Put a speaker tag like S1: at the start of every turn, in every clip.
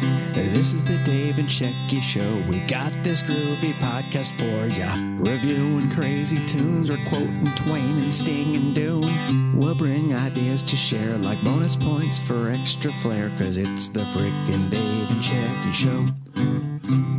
S1: This is the Dave and Shecky Show. We got this groovy podcast for ya. Reviewing crazy tunes, we're quoting Twain and Sting and Dune. We'll bring ideas to share, like bonus points for extra flair, cause it's the frickin' Dave and Shecky Show.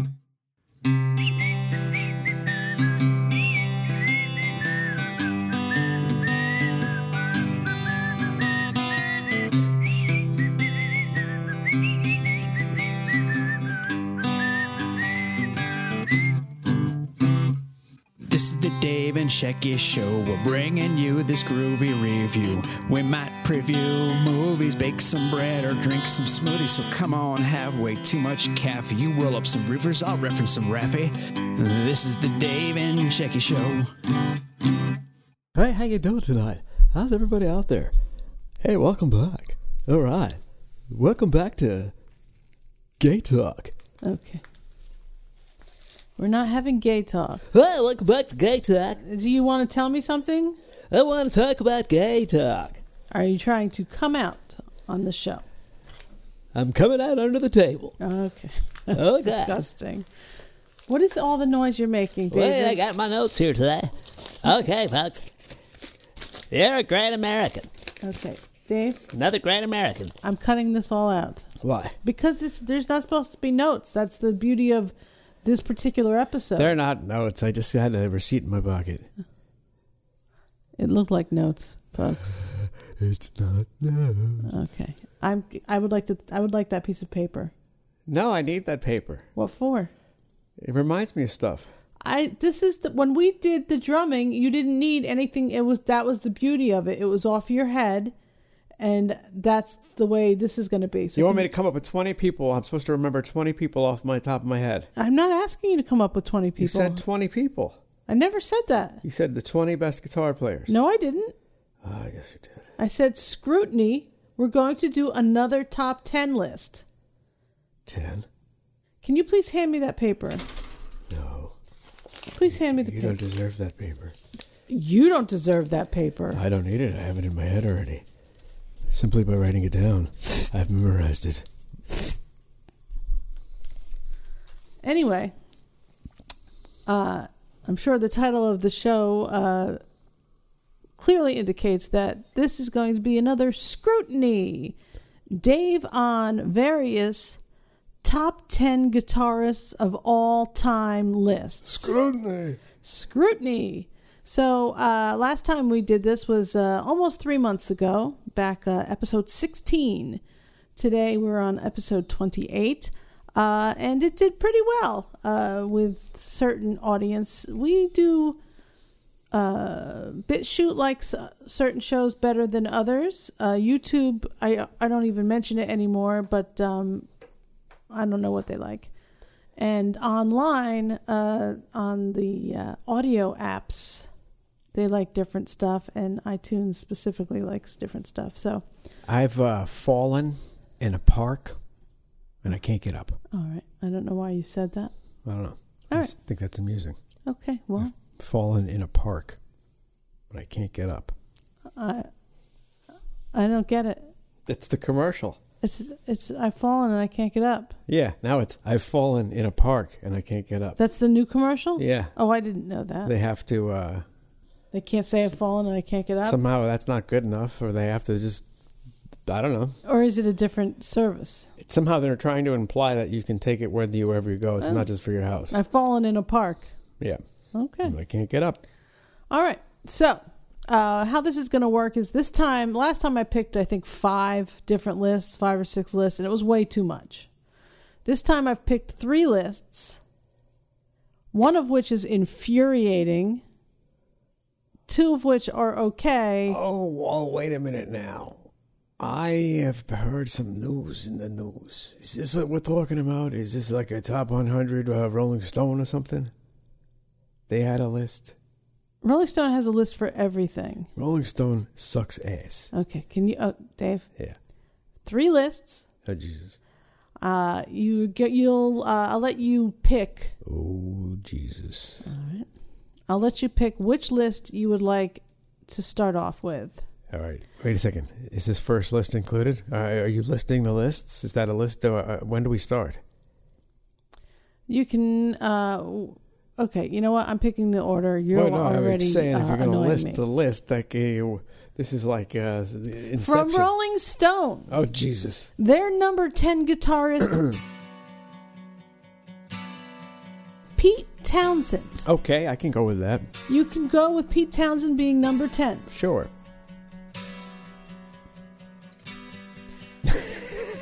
S1: This is the Dave and Shecky Show. We're bringing you this groovy review. We might preview movies, bake some bread, or drink some smoothies. So come on, have way too much caffeine. You roll up some rivers, I'll reference some Raffy. This is the Dave and Shecky Show.
S2: Hey, how you doing tonight? How's everybody out there? Hey, welcome back. All right, welcome back to Gay Talk.
S3: Okay. We're not having gay talk.
S2: Hey, welcome back to Gay Talk.
S3: Do you want to tell me something?
S2: I want to talk about Gay Talk.
S3: Are you trying to come out on the show?
S2: I'm coming out under the table.
S3: Okay. That's
S2: Okay.
S3: disgusting. What is all the noise you're making,
S2: Wait,
S3: David?
S2: I got my notes here today. Okay, folks. You're a great American.
S3: okay. Dave,
S2: Another great American.
S3: I'm cutting this all out
S2: Why?
S3: because it's, there's not supposed to be notes. That's the beauty of this particular episode.
S2: They're not notes. I just had a receipt in my pocket.
S3: It looked like notes, folks.
S2: It's not no.
S3: Okay. I'm. I would like to. I would like that piece of paper.
S2: No, I need that paper.
S3: What for?
S2: It reminds me of stuff.
S3: I this is the, when we did the drumming, you didn't need anything. It was that was the beauty of it. It was off your head, and that's the way this is going to be. So
S4: You want me to come up with 20 people? I'm supposed to remember 20 people off my top of my head.
S3: I'm not asking you to come up with 20 people.
S4: You said 20 people.
S3: I never said that.
S4: You said the 20 best guitar players.
S3: No, I didn't.
S4: Ah, yes, you did.
S3: I said scrutiny. We're going to do another top 10 list.
S4: 10?
S3: Can you please hand me that paper?
S4: No.
S3: Please hand me the
S4: You
S3: paper.
S4: don't deserve that paper.
S3: you don't deserve that paper.
S4: I don't need it. I have it in my head already. Simply by writing it down, I've memorized it.
S3: Anyway, uh, I'm sure the title of the show uh, clearly indicates that this is going to be another scrutiny. Dave on various top 10 guitarists of all time lists.
S4: Scrutiny.
S3: scrutiny. So uh, last time we did this was uh, almost three months ago, back uh, episode 16. Today we're on episode 28, uh, and it did pretty well uh, with certain audience. We do uh, bit shoot likes uh, certain shows better than others. Uh, YouTube, I I don't even mention it anymore, but um, I don't know what they like. And online, uh, on the uh, audio apps, they like different stuff, and iTunes specifically likes different stuff. So,
S4: I've uh, fallen in a park and I can't get up.
S3: all right, I don't know why you said that.
S4: I don't know.
S3: All
S4: I just think that's amusing.
S3: Okay, well,
S4: Fallen in a park and I can't get up.
S3: I I don't get it.
S4: That's the commercial.
S3: It's it's I've fallen and I can't get up.
S4: Yeah, now it's I've fallen in a park and I can't get up.
S3: That's the new commercial.
S4: Yeah,
S3: Oh, I didn't know that.
S4: they have to uh,
S3: They can't say I've fallen and I can't get up.
S4: somehow that's not good enough, or they have to just I don't know.
S3: or is it a different service?
S4: It's somehow they're trying to imply that you can take it whether you wherever you go. It's
S3: Oh.
S4: not just for your house.
S3: I've fallen in a park.
S4: Yeah,
S3: Okay.
S4: I can't get up.
S3: All right. So, uh, how this is going to work is this time, last time I picked, I think, five different lists, five or six lists, and it was way too much. This time I've picked three lists, one of which is infuriating, two of which are okay.
S4: Oh, well, wait a minute now. I have heard some news in the news. Is this what we're talking about? Is this like a top 100 uh, Rolling Stone or something? They had a list.
S3: Rolling Stone has a list for everything.
S4: Rolling Stone sucks ass.
S3: Okay. Can you, oh, Dave,
S4: Yeah.
S3: three lists.
S4: Oh, Jesus.
S3: Uh, you get you'll uh, I'll let you pick.
S4: Oh, Jesus.
S3: I'll let you pick which list you would like to start off with.
S4: All right. Wait a second. Is this first list included? Uh, are you listing the lists? Is that a list? Uh, uh, when do we start?
S3: You can. Uh, w- okay, you know what? I'm picking the order. You're
S4: well, no, I
S3: already
S4: was saying if
S3: uh,
S4: you're going to
S3: annoying
S4: list
S3: me.
S4: the list, like uh, this is like uh, Inception.
S3: From Rolling Stone,
S4: oh Jesus!
S3: their number ten guitarist, Pete Townsend.
S4: Okay, I can go with that.
S3: You can go with Pete Townsend being number ten.
S4: Sure.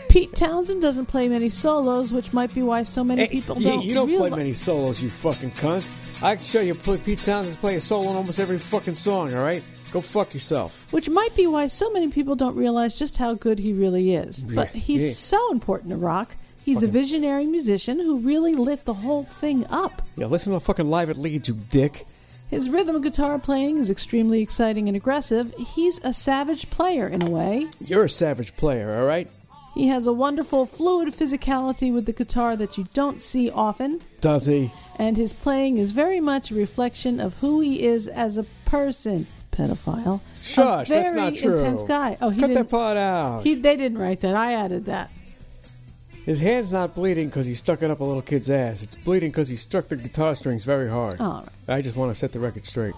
S3: Pete Townsend doesn't play many solos, which might be why so many
S4: Hey,
S3: people
S4: you,
S3: don't.
S4: you don't
S3: realize.
S4: play many solos, you fucking cunt. I can show you pl- Pete Townsend's playing a solo on almost every fucking song. All right, go fuck yourself.
S3: Which might be why so many people don't realize just how good he really is. But
S4: Yeah,
S3: he's
S4: yeah.
S3: so important to rock. He's a visionary musician who really lit the whole thing up.
S4: Yeah, listen to fucking live at Leeds, you dick.
S3: His rhythm guitar playing is extremely exciting and aggressive. He's a savage player in a way.
S4: You're a savage player, all right?
S3: He has a wonderful fluid physicality with the guitar that you don't see often,
S4: Does he?
S3: and his playing is very much a reflection of who he is as a person. Pedophile. A
S4: Shush, that's
S3: very
S4: not true.
S3: Intense guy. Oh, he
S4: Cut
S3: didn't.
S4: that part out.
S3: he, they didn't write that. I added that.
S4: His hand's not bleeding because he stuck it up a little kid's ass. It's bleeding because he struck the guitar strings very hard.
S3: All right.
S4: I just want to set the record straight.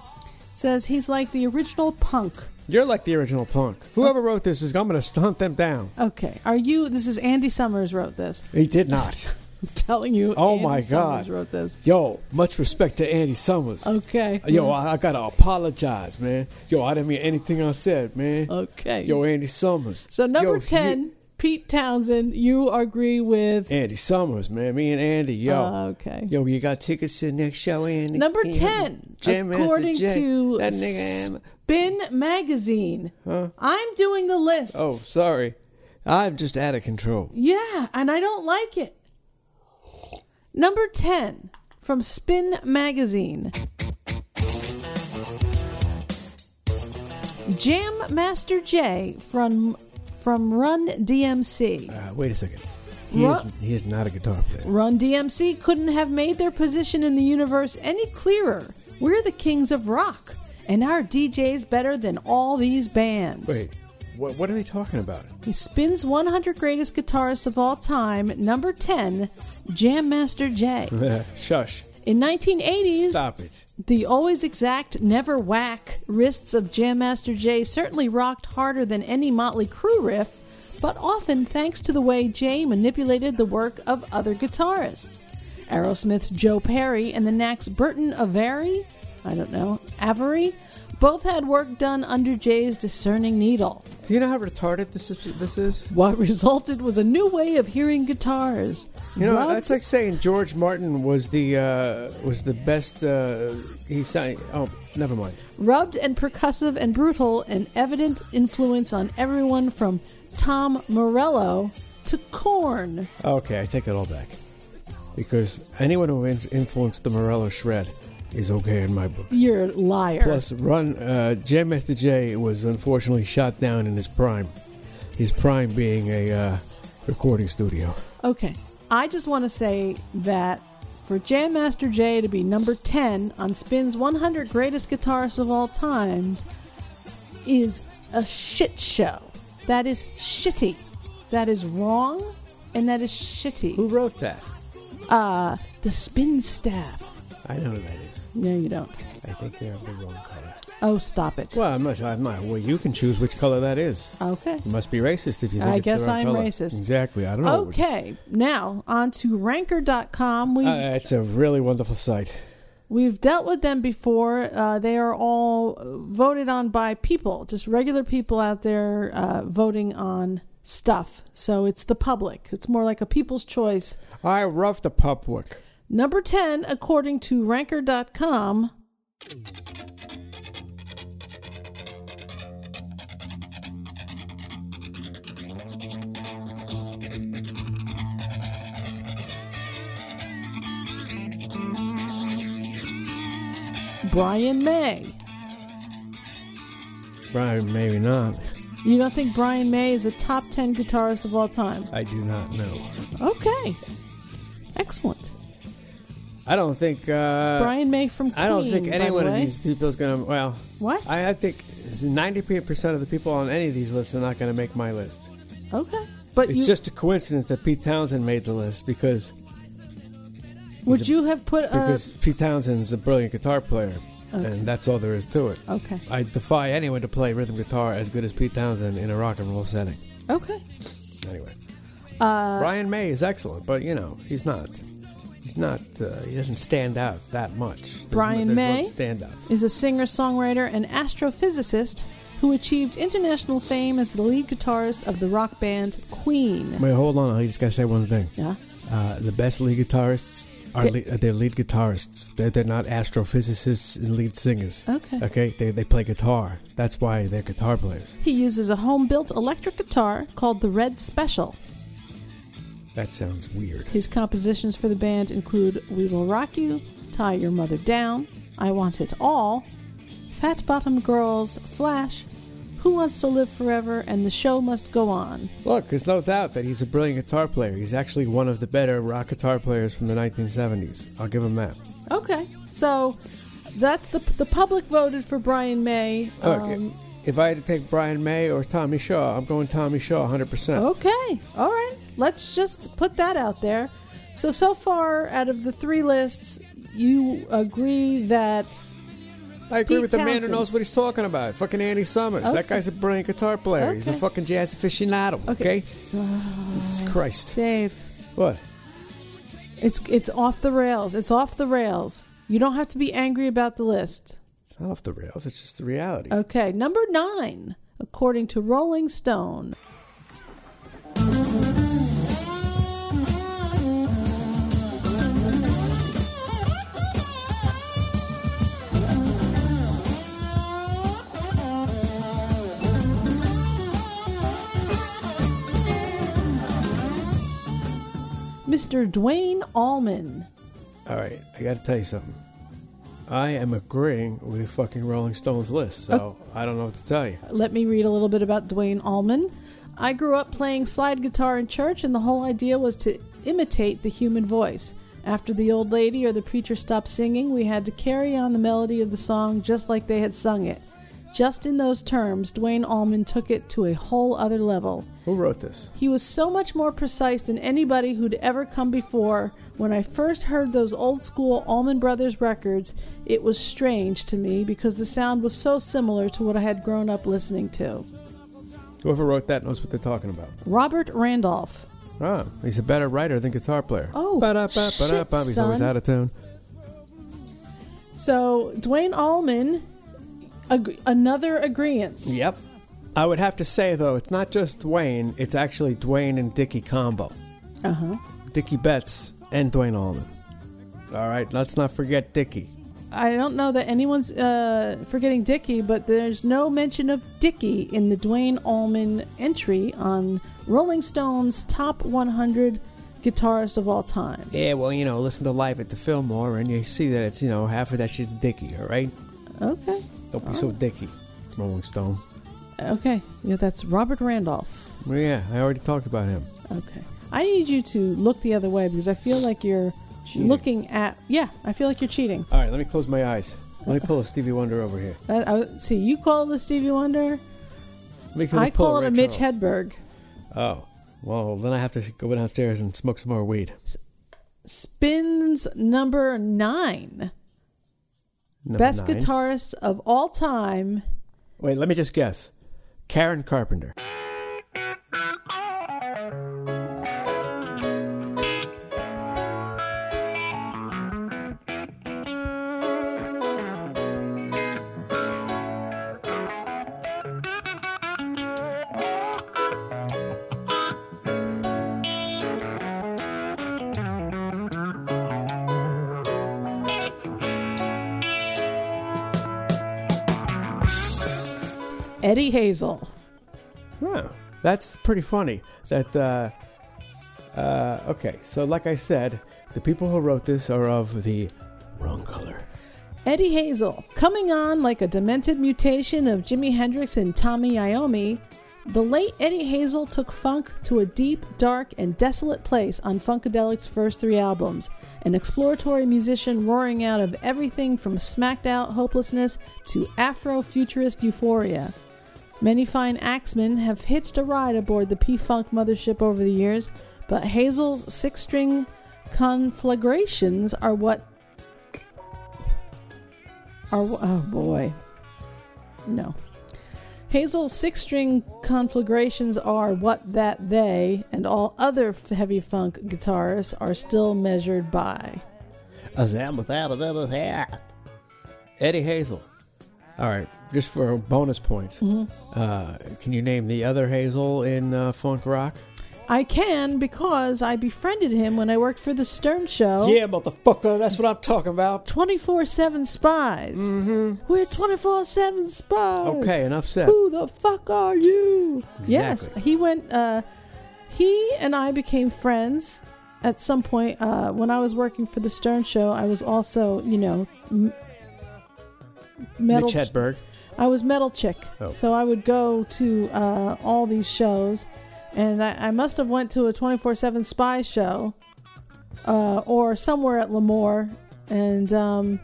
S3: says he's like the original punk.
S4: You're like the original punk. Whoever wrote this is, I'm going to hunt them down.
S3: Okay, are you? This is Andy Summers wrote this.
S4: He did not.
S3: I'm telling you.
S4: Oh
S3: Andy
S4: my
S3: Summers
S4: God.
S3: wrote this.
S4: Yo, much respect to Andy Summers.
S3: Oh, Okay.
S4: Uh, Yo, I, I got to apologize, man. Yo, I didn't mean anything I said, man.
S3: Okay.
S4: Yo, Andy Summers.
S3: Oh, so number
S4: Yo,
S3: ten, Pete Townsend. You agree with?
S4: you- Andy Summers, man. Me and Andy, yo.
S3: Uh, okay.
S4: Yo, you got tickets to the next show, Andy?
S3: Number
S4: Yeah.
S3: ten,
S4: Jam Master
S3: according
S4: Jay.
S3: to
S4: that nigga. Am-
S3: Spin Magazine, I'm doing the list.
S4: Oh, sorry, I'm just out of control.
S3: Yeah, and I don't like it. Number 10 from Spin Magazine Jam Master J from, from Run DMC.
S4: Uh, wait a second. He
S3: What?
S4: is, he is not a guitar player.
S3: Run DMC couldn't have made their position in the universe any clearer. We're the kings of rock, and our DJ's better than all these bands.
S4: Wait, what, what are they talking about?
S3: He spins 100 greatest guitarists of all time, number 10, Jam Master J.
S4: Shush!
S3: In 1980s,
S4: Stop it.
S3: the always exact, never whack wrists of Jam Master Jay certainly rocked harder than any Motley Crue riff, but often thanks to the way Jay manipulated the work of other guitarists. Aerosmith's Joe Perry and the Knack's Burton Avery, I don't know, Avery, both had work done under Jay's discerning needle.
S4: Do you know how retarded this is? This is.
S3: What resulted was a new way of hearing guitars.
S4: You know,
S3: Loved-
S4: that's like saying George Martin was the uh, was the best. Uh, he sang. Oh, never mind.
S3: rubbed and percussive and brutal, an evident influence on everyone from Tom Morello to Korn.
S4: Okay, I take it all back. Because anyone who in- influenced the Morello shred is okay in my book.
S3: You're a liar.
S4: Plus, Run uh, Jam Master Jay was unfortunately shot down in his prime. His prime being a uh, recording studio.
S3: okay, I just want to say that for Jam Master Jay to be number 10 on Spin's 100 Greatest Guitarists of All Times is a shit show. That is shitty. That is wrong, and that is shitty.
S4: wrote that?
S3: Uh, the Spin staff.
S4: I know who that is.
S3: No, you don't.
S4: I think they're of the wrong color.
S3: Oh, stop it.
S4: Well, I'm not. I'm not. Well, you can choose which color that is.
S3: Okay.
S4: You must be racist if you think
S3: I
S4: it's the
S3: guess
S4: wrong
S3: I'm
S4: color.
S3: racist.
S4: Exactly. I don't know.
S3: Okay. Now on to ranker.com. We
S4: Uh, it's a really wonderful site.
S3: we've dealt with them before. Uh, they are all voted on by people, just regular people out there uh, voting on stuff. So it's the public. It's more like a people's choice.
S4: I rough the public.
S3: Number 10 according to ranker.com Brian May.
S4: Right? Maybe not.
S3: You don't think Brian May is a top 10 guitarist of all time?
S4: I do not know.
S3: Okay. Excellent.
S4: I don't think. Uh,
S3: Brian May from Queen.
S4: I don't think
S3: by the
S4: anyone of
S3: way.
S4: these people is going to. Well,
S3: What?
S4: I, I think ninety percent of the people on any of these lists are not going to make my list.
S3: Okay. But
S4: It's
S3: you
S4: just a coincidence that Pete Townsend made the list because
S3: Would you have put a
S4: because Pete Townsend's a brilliant guitar player, and that's all there is to it.
S3: okay?
S4: I defy anyone to play rhythm guitar as good as Pete Townsend in a rock and roll setting.
S3: Okay.
S4: Anyway,
S3: Uh,
S4: Brian May is excellent, but you know he's not. He's not. Uh, he doesn't stand out that much. There's no-
S3: Brian May?
S4: there's no standouts.
S3: is a singer, songwriter, and astrophysicist who achieved international fame as the lead guitarist of the rock band Queen.
S4: Wait, hold on. I just gotta say one thing.
S3: Yeah.
S4: Uh, the best lead guitarists are
S3: They-
S4: lead, uh, they're lead guitarists. They're, they're not astrophysicists and lead singers.
S3: Okay.
S4: Okay, they, they play guitar. That's why they're guitar players.
S3: He uses a home built electric guitar called the Red Special.
S4: That sounds weird.
S3: His compositions for the band include We Will Rock You, Tie Your Mother Down, I Want It All, Fat Bottom Girls, Flash, Who Wants to Live Forever, and The Show Must Go On.
S4: Look, there's no doubt that he's a brilliant guitar player. He's actually one of the better rock guitar players from the 1970s. I'll give him that.
S3: Okay, so that's the the public voted for Brian May.
S4: Okay.
S3: Um,
S4: if I had to take Brian May or Tommy Shaw, I'm going Tommy Shaw 100%.
S3: Okay. All right. Let's just put that out there. So so far out of the three lists, you agree that
S4: I agree
S3: Pete
S4: with the man who
S3: Townsend.
S4: knows what he's talking about. Fucking Andy Summers.
S3: Okay.
S4: That guy's a brilliant guitar player. He's a
S3: Okay.
S4: fucking jazz aficionado. Okay.
S3: Okay.
S4: Jesus Christ.
S3: uh, Dave,
S4: What?
S3: it's it's off the rails. It's off the rails. You don't have to be angry about the list.
S4: It's not off the rails. It's just the reality.
S3: Okay. Number 9, according to Rolling Stone. Mr. Dwayne Allman.
S4: All right. I got to tell you something. I am agreeing with fucking Rolling Stones list,
S3: Oh.
S4: so I don't know what to tell you.
S3: Let me read a little bit about Dwayne Allman. I grew up playing slide guitar in church, and the whole idea was to imitate the human voice. After the old lady or the preacher stopped singing, we had to carry on the melody of the song just like they had sung it. Just in those terms, Dwayne Allman took it to a whole other level.
S4: Who wrote this?
S3: He was so much more precise than anybody who'd ever come before. When I first heard those old school Allman Brothers records, it was strange to me because the sound was so similar to what I had grown up listening to.
S4: Whoever wrote that knows what they're talking about.
S3: Robert Randolph.
S4: Ah, he's a better writer than guitar player.
S3: Oh,
S4: Ba-da-ba-ba-da-ba.
S3: shit,
S4: He's always
S3: son.
S4: out of tune.
S3: So Dwayne Allman, ag- another agreement.
S4: Yep. I would have to say though, it's not just Dwayne; it's actually Dwayne and Dickie combo.
S3: Uh huh.
S4: Dickie Betts and Dwayne Allman. All right, let's not forget Dickie.
S3: I don't know that anyone's uh, forgetting Dickie, but there's no mention of Dickie in the Dwayne Allman entry on Rolling Stone's top 100 guitarist of all time.
S4: Yeah, well, you know, listen to Live at the Fillmore, and you see that it's you know half of that shit's Dickie. All right,
S3: Okay.
S4: don't be
S3: Oh.
S4: so Dickie, Rolling Stone.
S3: Okay. Yeah, that's Robert Randolph.
S4: Well, yeah, I already talked about him.
S3: Okay. I need you to look the other way because I feel like you're
S4: Cheating.
S3: looking at. Yeah, I feel like you're cheating.
S4: All right, let me close my eyes. Let me pull a Stevie Wonder over here.
S3: Uh, I, see, you call it a Stevie Wonder.
S4: Let me
S3: I
S4: pull
S3: call it a
S4: Ray
S3: Mitch
S4: Charles.
S3: Hedberg.
S4: Oh, well, then I have to go downstairs and smoke some more weed.
S3: Spins number nine.
S4: Number
S3: Best
S4: nine.
S3: guitarist of all time.
S4: Wait, let me just guess. Karen Carpenter.
S3: Eddie Hazel.
S4: Yeah, that's pretty funny. That uh, uh, okay. So, like I said, the people who wrote this are of the wrong color.
S3: Eddie Hazel, coming on like a demented mutation of Jimi Hendrix and Tommy Iommi, the late Eddie Hazel took funk to a deep, dark, and desolate place on Funkadelic's first three albums, an exploratory musician roaring out of everything from smacked out hopelessness to Afro-futurist euphoria. Many fine axemen have hitched a ride aboard the P Funk mothership over the years, but Hazel's six string Conflagrations are what are wh- oh boy. No. Hazel's six string conflagrations are what that they and all other f- heavy funk guitarists are still measured by.
S4: Eddie Hazel. All right, just for bonus points,
S3: Mm-hmm.
S4: uh, can you name the other Hazel in uh, funk rock?
S3: I can because I befriended him when I worked for the Stern Show.
S4: Yeah, motherfucker, that's what I'm talking about.
S3: 24 7 spies. Mm-hmm. We're 24 7 spies.
S4: Okay, enough said.
S3: Who the fuck are you? Yes,
S4: Exactly.
S3: he went. Uh, he and I became friends at some point uh, when I was working for the Stern Show. I was also, you know, m- metal.
S4: Mitch Hedberg.
S3: I was metal chick,
S4: Oh.
S3: so I would go to uh, all these shows, and I, I must have went to a twenty four seven spy show, uh, or somewhere at Lemoore, and um,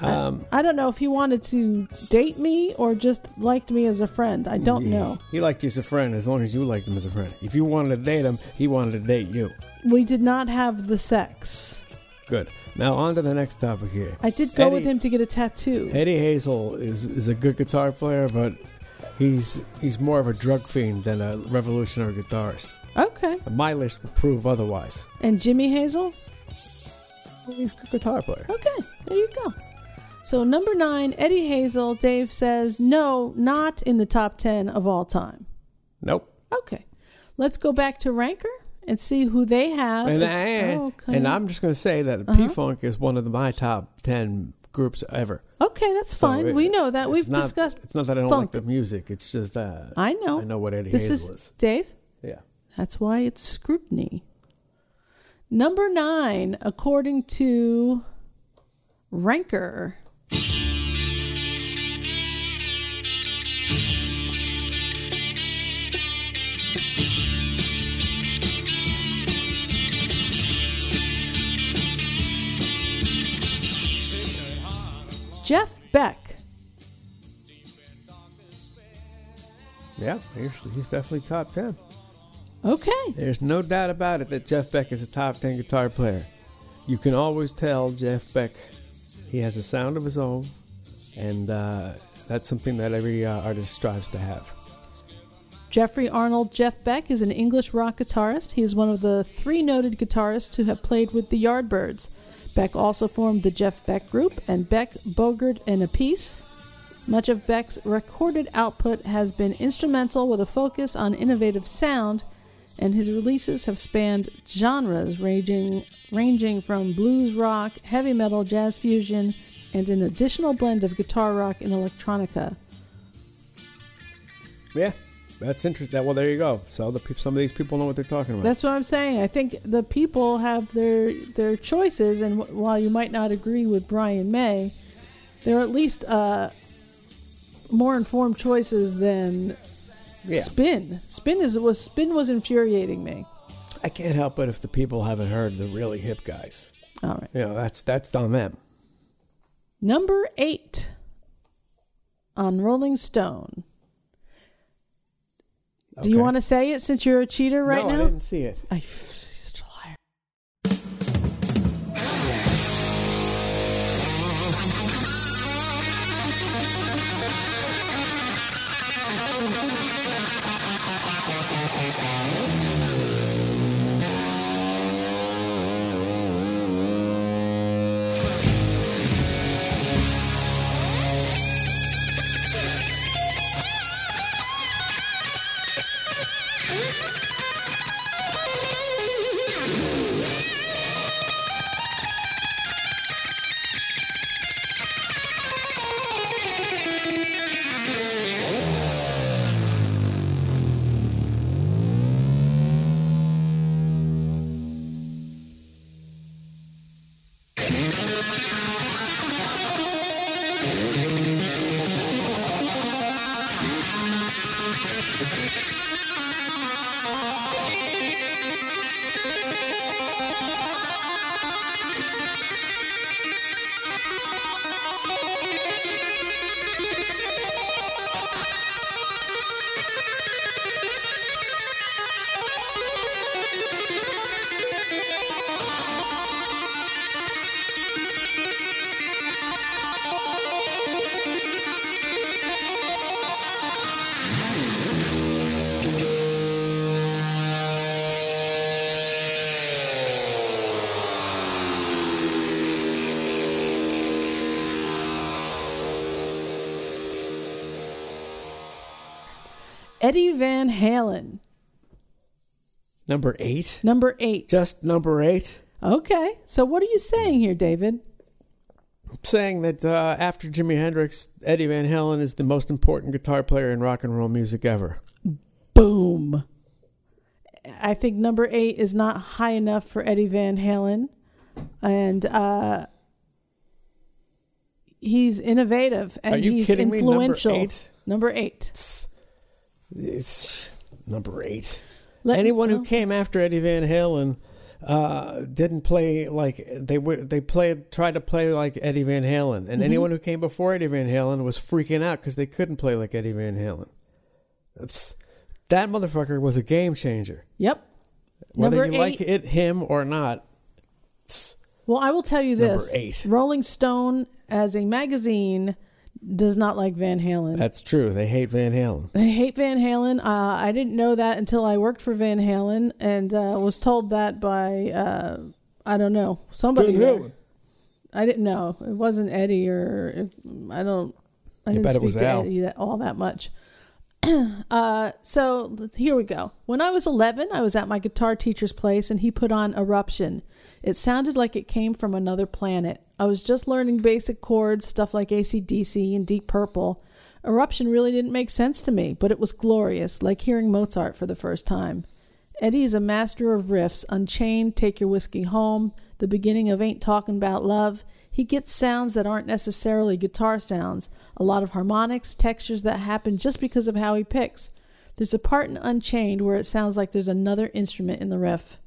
S4: Um,
S3: I don't know if he wanted to date me or just liked me as a friend. I don't know.
S4: He liked you as a friend as long as you liked him as a friend. If you wanted to date him, he wanted to date you.
S3: We did not have the sex.
S4: Good. Now on to the next topic here.
S3: I did go
S4: Eddie-
S3: with him to get a tattoo.
S4: Eddie Hazel is is a good guitar player, but he's he's more of a drug fiend than a revolutionary guitarist.
S3: Okay.
S4: My list would prove otherwise.
S3: And Jimmy Hazel?
S4: He's a good guitar player.
S3: Okay. There you go. So, number nine, Eddie Hazel. Dave says, no, not in the top 10 of all time.
S4: Nope.
S3: Okay. Let's go back to Ranker and see who they have.
S4: And,
S3: as-
S4: and,
S3: Oh, okay. Uh-huh.
S4: and I'm just going to say that P Funk is one of the, my top 10 groups ever.
S3: Okay, that's
S4: So
S3: fine.
S4: it-
S3: we know that.
S4: it's
S3: We've
S4: not-
S3: discussed.
S4: It's not that I don't
S3: funk.
S4: like the music, it's just uh,
S3: I know.
S4: I know what Eddie
S3: This
S4: Hazel
S3: is
S4: is.
S3: Dave.
S4: Yeah.
S3: That's why it's scrutiny. Number nine, according to Ranker. Jeff Beck.
S4: Yeah, he's, he's definitely top 10.
S3: Okay.
S4: There's no doubt about it that Jeff Beck is a top 10 guitar player. You can always tell Jeff Beck, he has a sound of his own, and uh, that's something that every uh, artist strives to have.
S3: Jeffrey Arnold Jeff Beck is an English rock guitarist. He is one of the three noted guitarists who have played with the Yardbirds. Beck also formed the Jeff Beck Group and Beck, Bogart, and Apiece. Much of Beck's recorded output has been instrumental with a focus on innovative sound, and his releases have spanned genres ranging, ranging from blues rock, heavy metal, jazz fusion, and an additional blend of guitar rock and electronica.
S4: Yeah, that's interesting. That, well, there you go. So the, peop- some of these people know what they're talking about.
S3: That's what I'm saying. I think the people have their their choices, and wh- while you might not agree with Brian May, they're at least uh, more informed choices than
S4: yeah.
S3: Spin. Spin is was Spin was infuriating me.
S4: I can't help it if the people haven't heard the really hip guys.
S3: All right,
S4: You know, that's that's on them.
S3: number eight on Rolling Stone. Do you
S4: Okay.
S3: want to say it since you're a cheater right
S4: no,
S3: now?
S4: I didn't see it.
S3: I, he's such a liar.
S5: Thank you.
S3: Eddie Van Halen,
S4: Number eight?
S3: number eight.
S4: Just number eight?
S3: okay. So what are you saying here, David?
S4: I'm saying that uh, after Jimi Hendrix, Eddie Van Halen is the most important guitar player in rock and roll music ever.
S3: Boom. I think number eight is not high enough for Eddie Van Halen. And uh, he's innovative and
S4: Are you
S3: he's
S4: kidding me? Number
S3: influential.
S4: eight?
S3: Number eight.
S4: It's, it's number eight.
S3: Let-
S4: Anyone
S3: no.
S4: who came after Eddie Van Halen uh, didn't play like they would. They played, tried to play like Eddie Van Halen, and
S3: Mm-hmm.
S4: anyone who came before Eddie Van Halen was freaking out because they couldn't play like Eddie Van Halen. That's that motherfucker was a game changer.
S3: Yep.
S4: Whether
S3: Number
S4: you like
S3: eight.
S4: it, him or not, it's-
S3: Well, I will tell you
S4: Number
S3: this
S4: eight.
S3: Rolling Stone, as a magazine, does not like Van Halen.
S4: that's true. They hate Van Halen.
S3: I hate Van Halen. Uh, I didn't know that until I worked for Van Halen and uh, was told that by uh, I don't know somebody. there. I didn't know it wasn't Eddie or I don't. I
S4: You
S3: didn't
S4: bet it
S3: speak
S4: was
S3: to
S4: Al.
S3: Eddie that, all that much. uh, so th- here we go. When I was 11, I was at my guitar teacher's place and he put on Eruption. It sounded like it came from another planet. I was just learning basic chords, stuff like ACDC and Deep Purple. Eruption really didn't make sense to me, but it was glorious, like hearing Mozart for the first time. Eddie is a master of riffs Unchained, Take Your Whiskey Home, the beginning of Ain't Talking About Love. He gets sounds that aren't necessarily guitar sounds, a lot of harmonics, textures that happen just because of how he picks. There's a part in Unchained where it sounds like there's another instrument in the riff.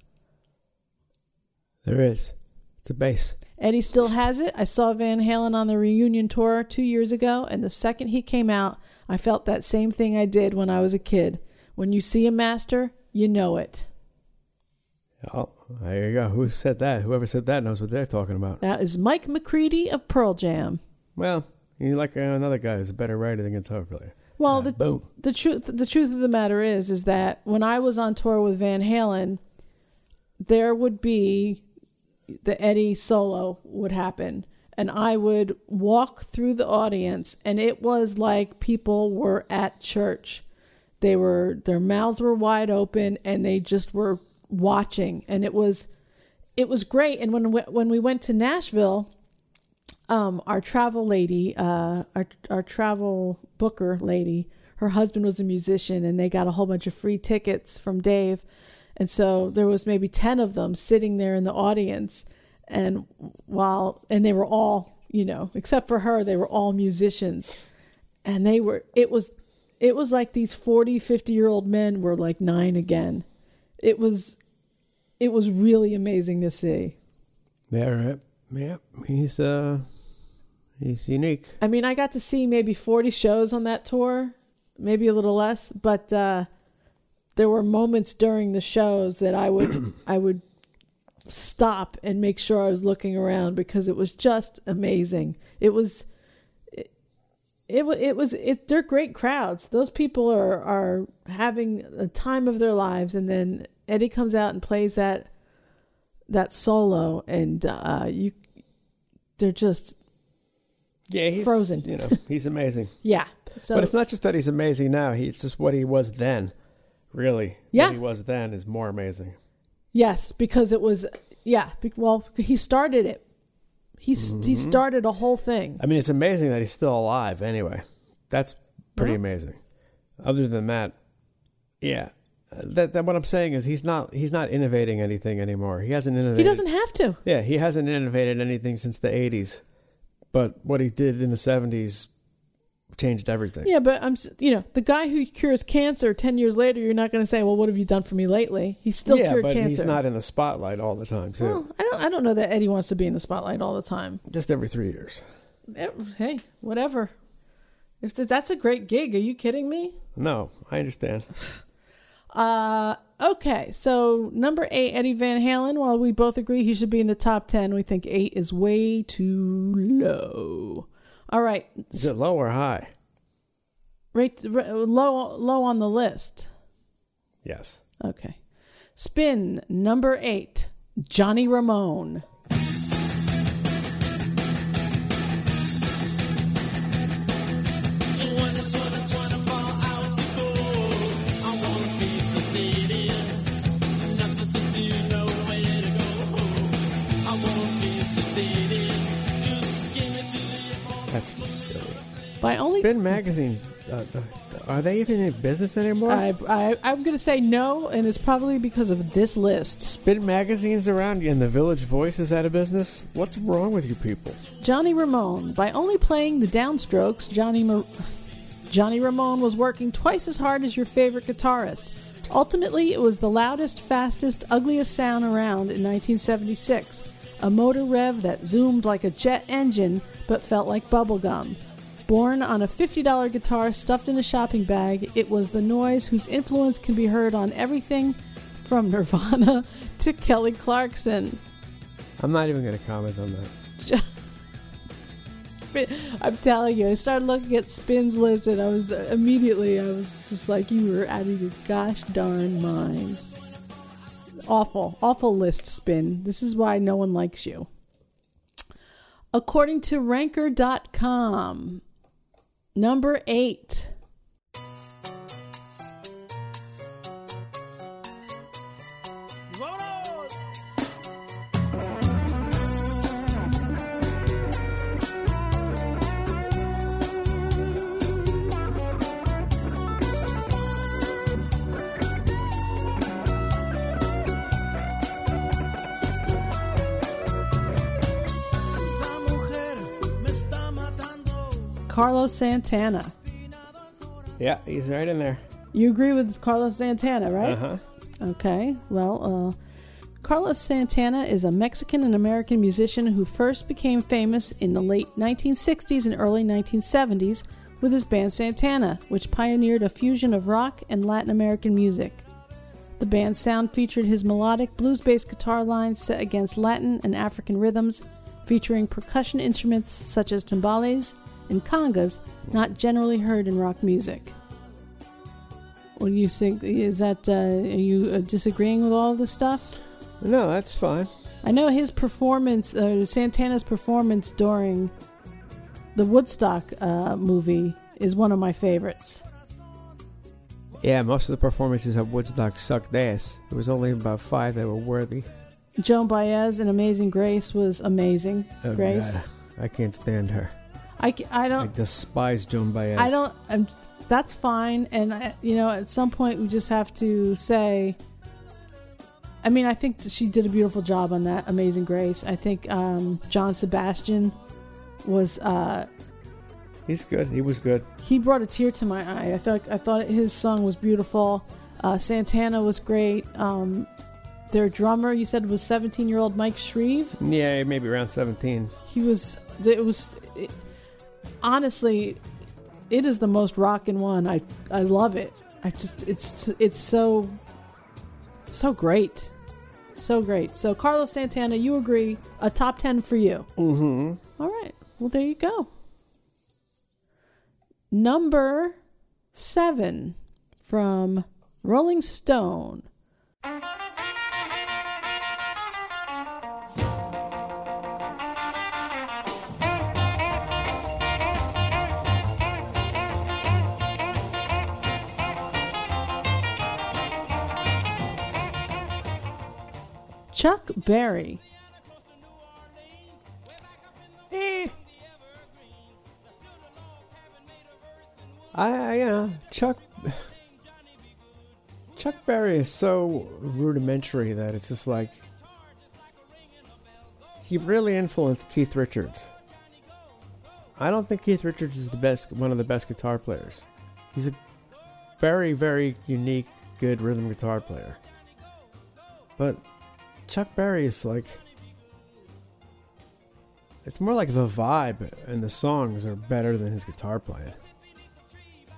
S4: There is. It's a bass.
S3: Eddie still has it. I saw Van Halen on the reunion tour two years ago, and the second he came out, I felt that same thing I did when I was a kid. When you see a master, you know it.
S4: Oh, there you go. Who said that? Whoever said that knows what they're talking about.
S3: That is Mike McCready of Pearl Jam.
S4: Well, you like another guy who's a better writer than guitar player.
S3: Well,
S4: Uh,
S3: the
S4: boom.
S3: the truth the truth of the matter is is that when I was on tour with Van Halen, there would be the Eddie solo would happen, and I would walk through the audience, and it was like people were at church. They were their mouths were wide open, and they just were watching, and it was it was great. And when we, when we went to Nashville, um, our travel lady, uh, our our travel booker lady, her husband was a musician, and they got a whole bunch of free tickets from Dave, and so there was maybe ten of them sitting there in the audience, and while and they were all you know except for her they were all musicians, and they were it was it was like these 40 50 year old men were like nine again it was it was really amazing to see
S4: Yeah, right. Yeah, he's uh, he's unique.
S3: I mean, I got to see maybe 40 shows on that tour, maybe a little less, but uh, there were moments during the shows that I would I would stop and make sure I was looking around because it was just amazing. It was it, it, wa- it was it they're great crowds. Those people are are having a time of their lives and then Eddie comes out and plays that that solo and uh, you they're just
S4: Yeah, he's
S3: Frozen.
S4: You know, he's amazing.
S3: yeah. So
S4: but it's not just that he's amazing now. He, it's just what he was then. Really,
S3: Yeah.
S4: what he was then is more amazing.
S3: Yes, because it was yeah. be- Well, he started it. He s he started a whole thing.
S4: Mm-hmm. I mean, it's amazing that he's still alive. Anyway, that's pretty
S3: Uh-huh.
S4: amazing. Other than that, yeah, Uh, that, that what I'm saying is he's not he's not innovating anything anymore. He hasn't innovated.
S3: He doesn't have to.
S4: Yeah, he hasn't innovated anything since the 80s. But what he did in the 70s changed everything.
S3: Yeah, but I'm s- you know the guy who cures cancer ten years later. You're not going to say, well, what have you done for me lately? He's still
S4: Yeah,
S3: cured
S4: but
S3: cancer. Oh.
S4: he's not in the spotlight all the time, too.
S3: Well, I don't. I don't know that Eddie wants to be in the spotlight all the time.
S4: Just every three years.
S3: Eh, Hey, whatever. If th- that's a great gig, are you kidding me?
S4: No, I understand.
S3: Uh, okay, so number eight, Eddie Van Halen. While we both agree he should be in the top ten, we think eight is way too low. All right,
S4: Is it low or high?
S3: right, right low, low on the list.
S4: Yes.
S3: Okay, spin number eight, Johnny Ramone.
S5: Twenty, twenty, twenty-four hours to go.
S4: That's just silly.
S3: By only
S4: Spin magazines, uh, th- th- are they even in business anymore?
S3: I, I I'm gonna say no, and it's probably because of this list.
S4: Spin magazines around you, and the Village Voice is out of business. What's wrong with you people?
S3: Johnny Ramone. By only playing the downstrokes, Johnny Mar- Johnny Ramone was working twice as hard as your favorite guitarist. Ultimately, it was the loudest, fastest, ugliest sound around in 1976. A motor rev that zoomed like a jet engine but felt like bubblegum. Born on a $50 guitar stuffed in a shopping bag, it was the noise whose influence can be heard on everything from Nirvana to Kelly Clarkson.
S4: I'm not even going to comment on that.
S3: Spin- I'm telling you, I started looking at Spin's list, and I was immediately, I was just like, you were out of your gosh darn mind. Awful, awful list, Spin. This is why no one likes you. According to Ranker.com, number eight.
S5: Esa mujer me está matando.
S3: Carlos Santana.
S4: Yeah, he's right in there.
S3: You agree with Carlos Santana, right?
S4: Uh huh.
S3: Okay, well, uh, Carlos Santana is a Mexican and American musician who first became famous in the late 1960s and early 1970s with his band Santana, which pioneered a fusion of rock and Latin American music. The band's sound featured his melodic blues based guitar lines set against Latin and African rhythms, featuring percussion instruments such as timbales and congas, not generally heard in rock music. Well, you think is that uh, are you uh, disagreeing with all this stuff?
S4: No, that's fine.
S3: I know his performance, uh, Santana's performance during the Woodstock uh, movie is one of my favorites.
S4: Yeah, most of the performances at Woodstock sucked ass. There was only about five that were worthy.
S3: Joan Baez in Amazing Grace was amazing.
S4: Oh,
S3: Grace,
S4: God. I can't stand her.
S3: I, ca- I
S4: I
S3: don't
S4: despise Joan Baez.
S3: I don't. I'm, that's fine, and I, you know, at some point we just have to say. I mean, I think she did a beautiful job on that Amazing Grace. I think um, John Sebastian was. Uh,
S4: He's good. He was good.
S3: he brought a tear to my eye. I thought I thought his song was beautiful. Uh, Santana was great. Um, their drummer, you said, was 17 year old Mike Shreve.
S4: Yeah, maybe around 17.
S3: He was. It was. It, honestly, it is the most rockin' one. I I love it. I just it's it's so so great, so great. So Carlos Santana, you agree? A top ten for you.
S4: Mm-hmm.
S3: All right. Well, there you go. Number seven from Rolling Stone. Chuck Berry.
S4: Eh. I, I, you know, Chuck. Chuck Berry is so rudimentary that it's just like he really influenced Keith Richards. I don't think Keith Richards is the best, one of the best guitar players. He's a very, very unique, good rhythm guitar player. But Chuck Berry is like it's more like the vibe and the songs are better than his guitar playing.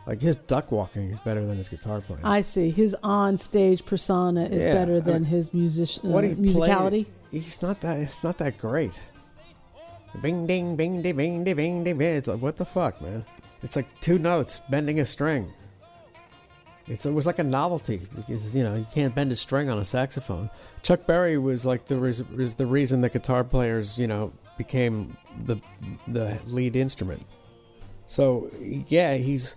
S4: Like his duck walking is better than his guitar playing.
S3: I see. His on-stage persona is
S4: Yeah, I
S3: better than
S4: mean,
S3: his music uh,
S4: what he
S3: musicality.
S4: played, he's not that. It's not that great. Bing ding bing ding bing ding bing ding. bing. It's like what the fuck, man. It's like two notes bending a string. It's, it was like a novelty because you know you can't bend a string on a saxophone. Chuck Berry was like the res- was the reason that guitar players you know became the the lead instrument. So yeah, he's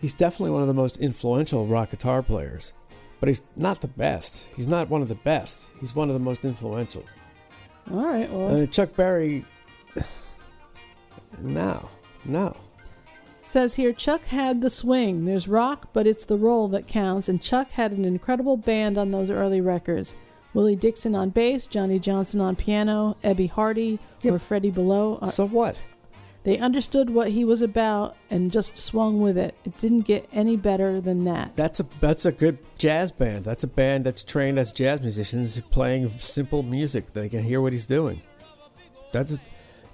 S4: he's definitely one of the most influential rock guitar players, but he's not the best. He's not one of the best. He's one of the most Uh, influential.
S3: All right. Well,
S4: Uh, Chuck Berry. no, No.
S3: Says here, Chuck had the swing. There's rock, but it's the roll that counts, and Chuck had an incredible band on those early records. Willie Dixon on bass, Johnny Johnson on piano, Ebby Hardy or Freddie Below. are-
S4: So what?
S3: They understood what he was about and just swung with it. It didn't get any better than that.
S4: That's a that's a good jazz band. That's a band that's trained as jazz musicians playing simple music. They can hear what he's doing. That's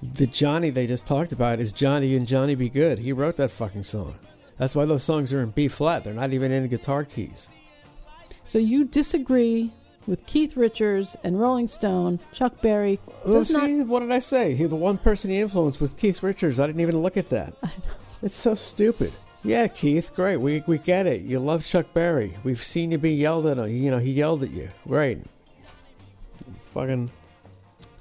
S4: the Johnny they just talked about is Johnny and Johnny Be Good. He wrote that fucking song. That's why those songs are in B flat. They're not even in guitar keys.
S3: So you disagree with Keith Richards and Rolling Stone, Chuck Berry.
S4: Well,
S3: Does not-
S4: see, what did I say? He, the one person he influenced was Keith Richards. I didn't even look at that. It's so stupid. Yeah, Keith, great. We, we get it. You love Chuck Berry. We've seen you be yelled at. You know, he yelled at you. Great. Fucking.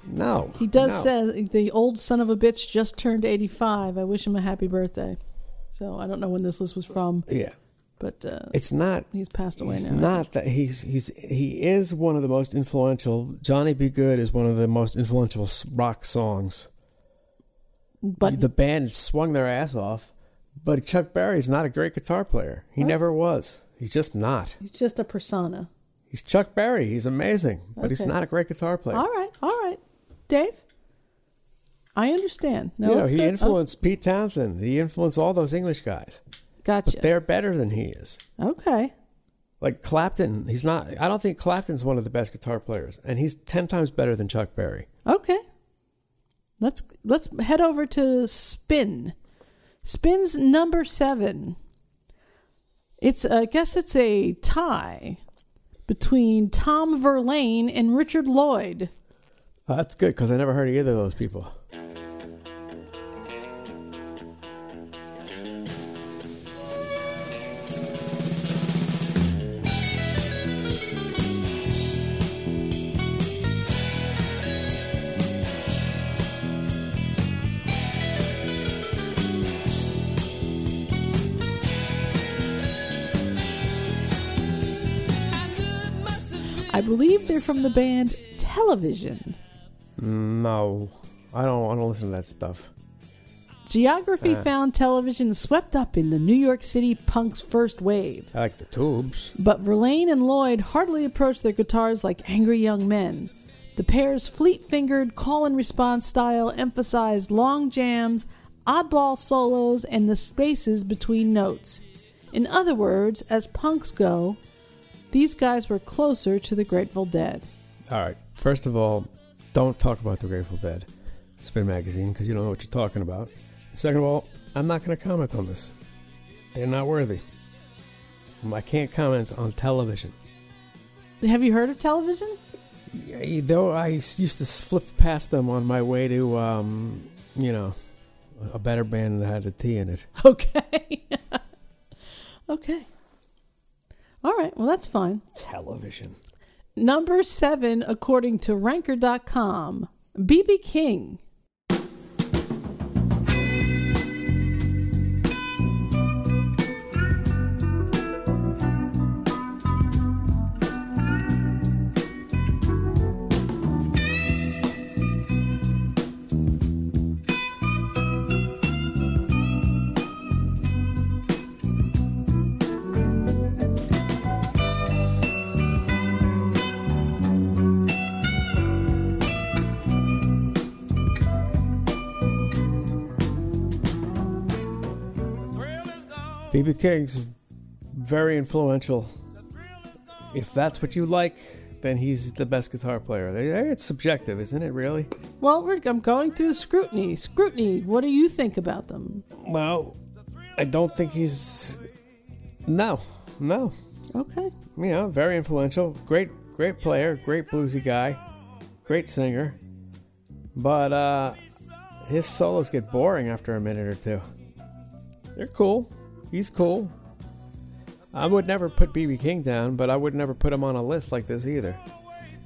S4: No.
S3: He does
S4: no.
S3: say the old son of a bitch just turned 85. I wish him a happy birthday. So I don't know when this list was from,
S4: Yeah.
S3: but uh,
S4: It's not.
S3: he's passed away
S4: He's
S3: now.
S4: not that he's he's he is one of the most influential. Johnny B. Good is one of the most influential s- rock songs.
S3: but
S4: the band swung their ass off. But Chuck Berry's not a great guitar player. He never was. He's just not.
S3: he's just a persona.
S4: He's Chuck Berry. He's amazing, but he's
S3: Okay.
S4: not a great guitar player.
S3: All right, all right, Dave. I understand. No,
S4: you know,
S3: it's
S4: he
S3: good.
S4: influenced Pete Townsend. He influenced all those English guys.
S3: Oh, gotcha.
S4: They're better than he is.
S3: Okay.
S4: Like Clapton, he's not. I don't think Clapton's one of the best guitar players, and he's ten times better than Chuck Berry.
S3: Okay. Let's let's head over to spin. Spin's number seven. It's I guess it's a tie between Tom Verlaine and Richard Lloyd.
S4: Uh, that's good because I never heard of either of those people.
S3: I believe they're from the band Television.
S4: No, I don't want to listen to that stuff.
S3: Geography found television swept up in the New York City punk's first wave.
S4: I like the Tubes.
S3: But Verlaine and Lloyd hardly approached their guitars like angry young men. The pair's fleet fingered call and response style emphasized long jams, oddball solos, and the spaces between notes. In other words, as punks go, these guys were closer to the Grateful Dead.
S4: All right. First of all, don't talk about the Grateful Dead, Spin Magazine, because you don't know what you're talking about. Second of all, I'm not going to comment on this. They're not worthy. I can't comment on television.
S3: Have you heard of television?
S4: Yeah, Though I used to flip past them on my way to, um, you know, a better band that had a T in it.
S3: Okay. okay. All right, well, that's fine.
S4: Television.
S3: Number seven, according to Ranker.com, BB King.
S4: BB King's very influential. If that's what you like, then he's the best guitar player. They- It's subjective, isn't it, really?
S3: Well, we're, I'm going through the scrutiny. Scrutiny, what do you think about them?
S4: Well, I don't think he's. No, no.
S3: Okay.
S4: You know, very influential. Great, great player. Great bluesy guy. Great singer. But uh, his solos get boring after a minute or two. They're cool. He's cool. I would never put BB King down, but I would never put him on a list like this either.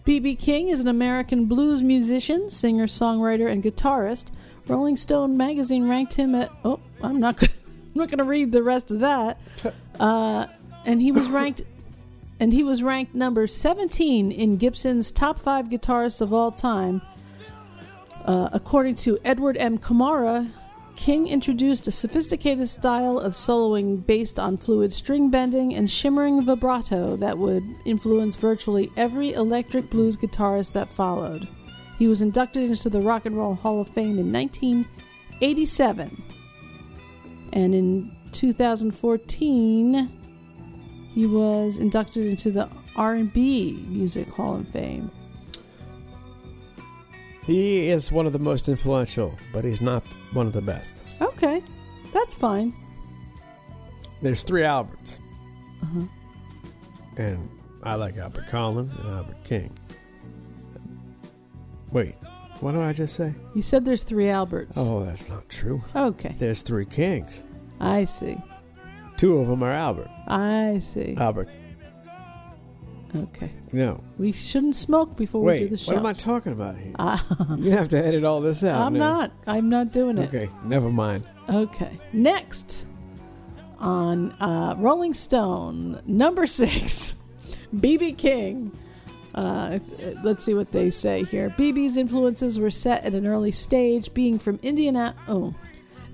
S3: B.B. King is an American blues musician, singer, songwriter, and guitarist. Rolling Stone magazine ranked him at. Oh, I'm not going. I'm not going to read the rest of that. Uh, and he was ranked. And he was ranked number 17 in Gibson's top five guitarists of all time, uh, according to Edward M. Kamara, King introduced a sophisticated style of soloing based on fluid string bending and shimmering vibrato that would influence virtually every electric blues guitarist that followed. He was inducted into the Rock and Roll Hall of Fame in 1987. And in 2014, he was inducted into the R&B Music Hall of Fame.
S4: He is one of the most influential, but he's not one of the best.
S3: Okay, that's fine.
S4: There's three Alberts.
S3: Uh-huh.
S4: And I like Albert Collins and Albert King. Wait, what did I just say?
S3: You said there's three Alberts.
S4: Oh, that's not true.
S3: Okay,
S4: There's three Kings.
S3: I see.
S4: Two of them are Albert.
S3: I see.
S4: Albert.
S3: Okay.
S4: No.
S3: We shouldn't smoke before we do
S4: Wait,
S3: the show.
S4: what am I talking about here?
S3: Ah,
S4: You have to edit all this out.
S3: I'm
S4: now.
S3: not. I'm not doing it.
S4: Okay, never mind.
S3: Okay. Next on uh, Rolling Stone, number six, BB King. Uh, if- uh, let's see what they say here. BB's influences were set at an early stage, being from Indiana. Oh,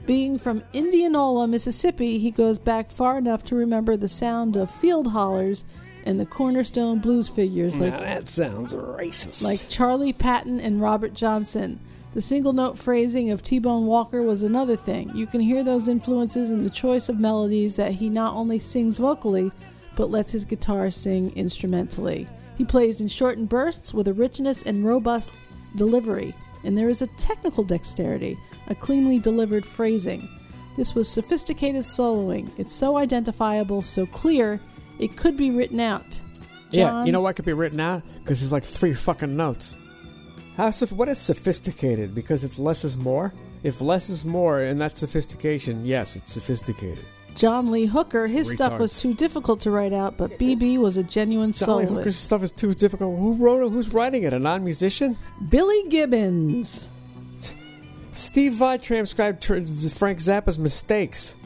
S3: being from Indianola, Mississippi, he goes back far enough to remember the sound of field hollers and the cornerstone blues figures like
S4: now that sounds racist.
S3: like Charlie Patton and Robert Johnson. The single note phrasing of T Bone Walker was another thing. You can hear those influences in the choice of melodies that he not only sings vocally, but lets his guitar sing instrumentally. He plays in shortened bursts with a richness and robust delivery, and there is a technical dexterity, a cleanly delivered phrasing. This was sophisticated soloing. It's so identifiable, so clear, it could be written out.
S4: yeah,
S3: John-
S4: you know what could be written out? Because it's like three fucking notes. How soph- what is sophisticated? Because it's less is more. If less is more, and that's sophistication, yes, it's sophisticated.
S3: John Lee Hooker, his stuff was
S4: Retards.
S3: too difficult to write out, but BB was a genuine
S4: Sally Hooker's
S3: soloist.
S4: stuff is too difficult. Who wrote it? Who's writing it? A non-musician?
S3: Billy Gibbons.
S4: Steve Vai transcribed tr- Frank Zappa's mistakes.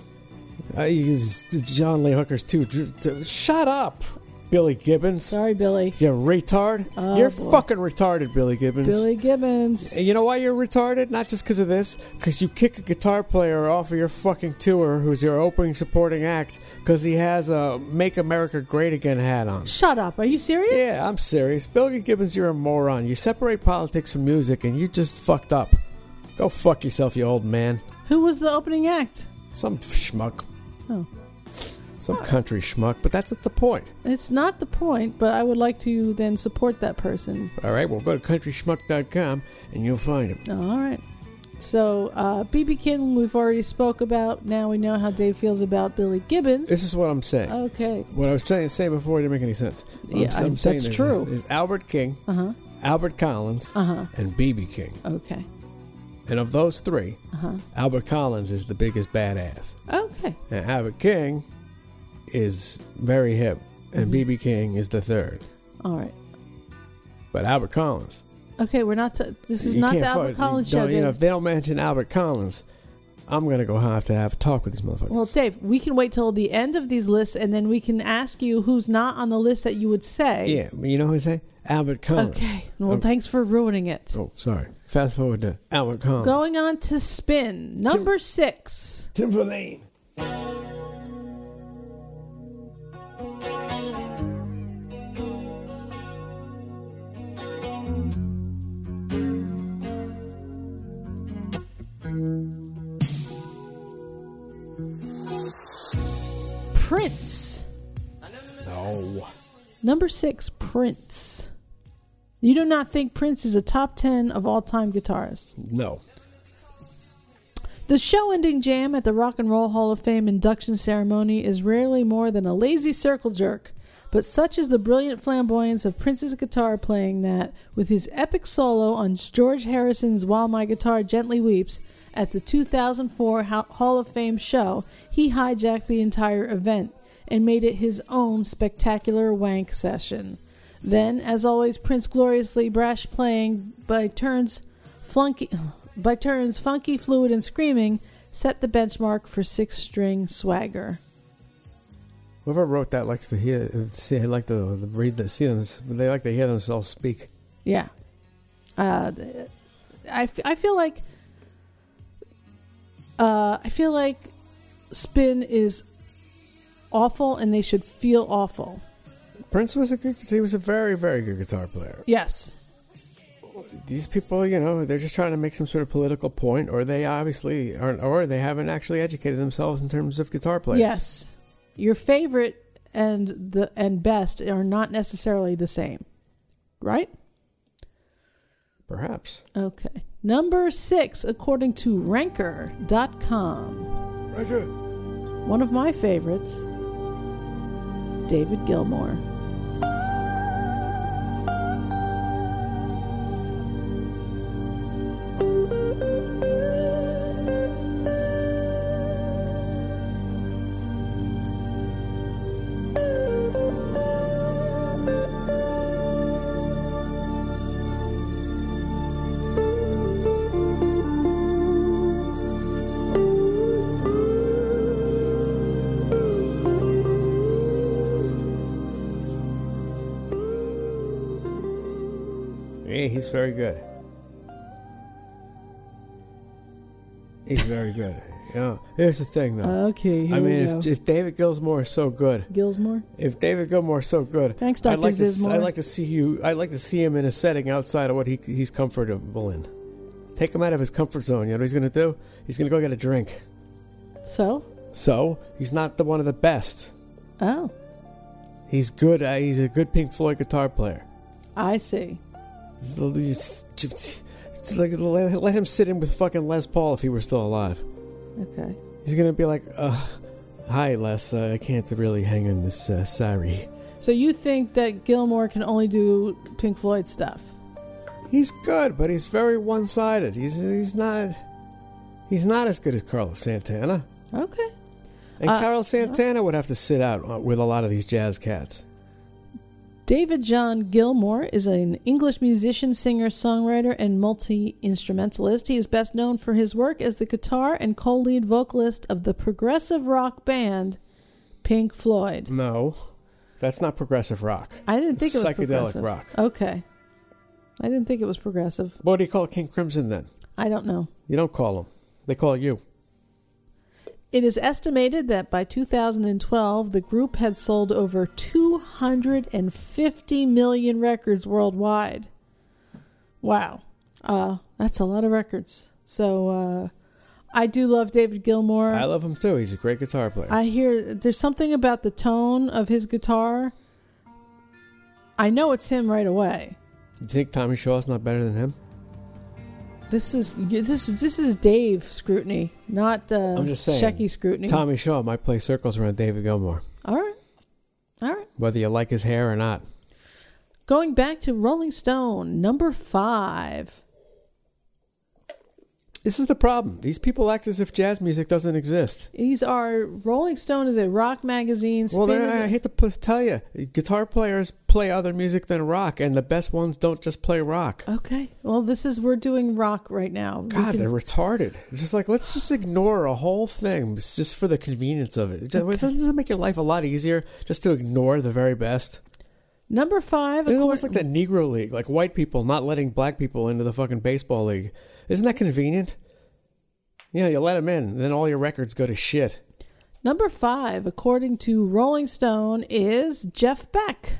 S4: Uh, he's- John Lee Hooker's too. dr- t- Shut up, Billy Gibbons.
S3: Sorry, Billy.
S4: You retard.
S3: Uh, Oh,
S4: you're
S3: boy.
S4: fucking retarded, Billy Gibbons.
S3: Billy Gibbons.
S4: And you know why you're retarded? Not just because of this, because you kick a guitar player off of your fucking tour who's your opening supporting act because he has a Make America Great Again hat on.
S3: Shut up. Are you serious?
S4: Yeah, I'm serious. Billy Gibbons, you're a moron. You separate politics from music and you just fucked up. Go fuck yourself, you old man.
S3: Who was the opening act?
S4: Some schmuck.
S3: Oh.
S4: Some country schmuck, but that's at the point.
S3: It's not the point, but I would like to then support that person.
S4: All right, well, go to countryschmuck.com and you'll find him.
S3: All right. So, uh, BB King, we've already spoke about. Now we know how Dave feels about Billy Gibbons.
S4: This is what I'm saying.
S3: okay.
S4: What I was trying to say before didn't make any sense. What
S3: Yeah,
S4: I'm,
S3: I-
S4: saying
S3: that's
S4: is-
S3: true.
S4: Is Albert King,
S3: Uh huh.
S4: Albert Collins,
S3: Uh huh.
S4: and BB King.
S3: Okay.
S4: And of those three,
S3: Uh huh.
S4: Albert Collins is the biggest badass.
S3: Okay.
S4: And Albert King is very hip.
S3: Mm-hmm.
S4: And BB King is the third.
S3: All right.
S4: But Albert Collins.
S3: Okay, we're not. T- this is
S4: you
S3: not
S4: can't
S3: the Albert
S4: fuck-
S3: Collins
S4: don't-
S3: show,
S4: You know,
S3: Dave.
S4: if they don't mention Albert Collins, I'm going to go have to have a talk with these motherfuckers.
S3: Well, Dave, we can wait till the end of these lists, and then we can ask you who's not on the list that you would say.
S4: yeah, you know who I say? Albert Collins.
S3: Okay. Well, um,
S4: Okay.
S3: thanks for ruining it.
S4: Oh, sorry. Fast forward to Albert Collins.
S3: Going on um, to spin number six.
S4: Timberlane.
S3: Prince.
S4: No.
S3: Number six. Prince. You do not think Prince is a top ten of all time guitarist?
S4: No.
S3: The show ending jam at the Rock and Roll Hall of Fame induction ceremony is rarely more than a lazy circle jerk, but such is the brilliant flamboyance of Prince's guitar playing that, with his epic solo on George Harrison's While My Guitar Gently Weeps at the 2004 Ho- Hall of Fame show, he hijacked the entire event and made it his own spectacular wank session. Then, as always, Prince gloriously brash playing by turns flunky by turns funky fluid and screaming set the benchmark for six string swagger
S4: Whoever wrote that likes to hear, see, like to read the, see them, they like to hear themselves speak.
S3: yeah uh, I, f- I feel like uh, I feel like Spin is awful and they should feel awful.
S4: Prince was a good. He was a very, very good guitar player.
S3: Yes.
S4: These people, you know, they're just trying to make some sort of political point, or they obviously aren't, or they haven't actually educated themselves in terms of guitar players.
S3: Yes. Your favorite and the and best are not necessarily the same. Right?
S4: perhaps.
S3: Okay. Number 6 according to ranker.com. One of my favorites, David Gilmour.
S4: Yeah, he's very good. He's very good. Yeah. Here's the thing, though.
S3: Okay, Uh, here
S4: I mean,
S3: we go.
S4: if, if David Gilmour is so good,
S3: Gilsmore?
S4: if David Gilmour is so good,
S3: Thanks,
S4: I'd
S3: Dr.
S4: like, to, s-
S3: Zizmore.
S4: I'd like to see you. I'd like to see him in a setting outside of what he, he's comfortable in. Take him out of his comfort zone. You know what he's gonna do? He's gonna go get a drink.
S3: So?
S4: So he's not the one of the best.
S3: Oh,
S4: He's good. Uh, he's a good Pink Floyd guitar player.
S3: I see.
S4: It's l- it's- it's like, Let let him sit in with fucking Les Paul if he were still alive.
S3: Okay.
S4: He's gonna be like, uh, "Hi, Les. Uh, I can't really hang on this. Uh, sorry."
S3: So you think that Gilmore can only do Pink Floyd stuff?
S4: He's good, but he's very one-sided. He's he's not he's not as good as Carlos Santana.
S3: Okay.
S4: And
S3: Uh,
S4: Carlos Santana would have to sit out uh, with a lot of these jazz cats.
S3: David John Gilmore is an English musician, singer, songwriter, and multi instrumentalist. He is best known for his work as the guitar and co lead vocalist of the progressive rock band Pink Floyd.
S4: No, that's not progressive rock.
S3: I didn't think
S4: It's
S3: it was
S4: psychedelic
S3: progressive.
S4: rock.
S3: Okay. I didn't think it was progressive.
S4: What do you call King Crimson then?
S3: I don't know.
S4: You don't call them. They call you.
S3: It is estimated that by 2012, the group had sold over 250 million records worldwide. Wow. Uh, that's a lot of records. So uh, I do love David Gilmour.
S4: I
S3: I,
S4: love him too. He's a great guitar player.
S3: hear there's something about the tone of his guitar. I know it's him right away.
S4: you think Tommy Shaw's not better than him?
S3: This is this is this is Dave scrutiny, not uh,
S4: I'm just saying,
S3: Shecky scrutiny.
S4: Tommy Shaw might play circles around David Gilmour,
S3: All right, all right.
S4: whether you like his hair or not.
S3: Going back to Rolling Stone, number five.
S4: This is the problem. These people act as if jazz music doesn't exist.
S3: These are Rolling Stone is a rock magazine.
S4: well,
S3: Spin
S4: then
S3: is
S4: I
S3: a-
S4: hate to p- tell you, guitar players play other music than rock, and the best ones don't just play rock.
S3: okay. Well, this is we're doing rock right now. Oh, We
S4: God,
S3: can-
S4: they're retarded. It's just like let's just ignore a whole thing just for the convenience of it. It doesn't- it doesn't make your life a lot easier just to ignore the very best.
S3: number five.
S4: It's
S3: accor-
S4: almost like that Negro League, like white people not letting black people into the fucking baseball league. Isn't that convenient? Yeah, you let them in, and then all your records go to shit.
S3: Number five, according to Rolling Stone, is Jeff Beck.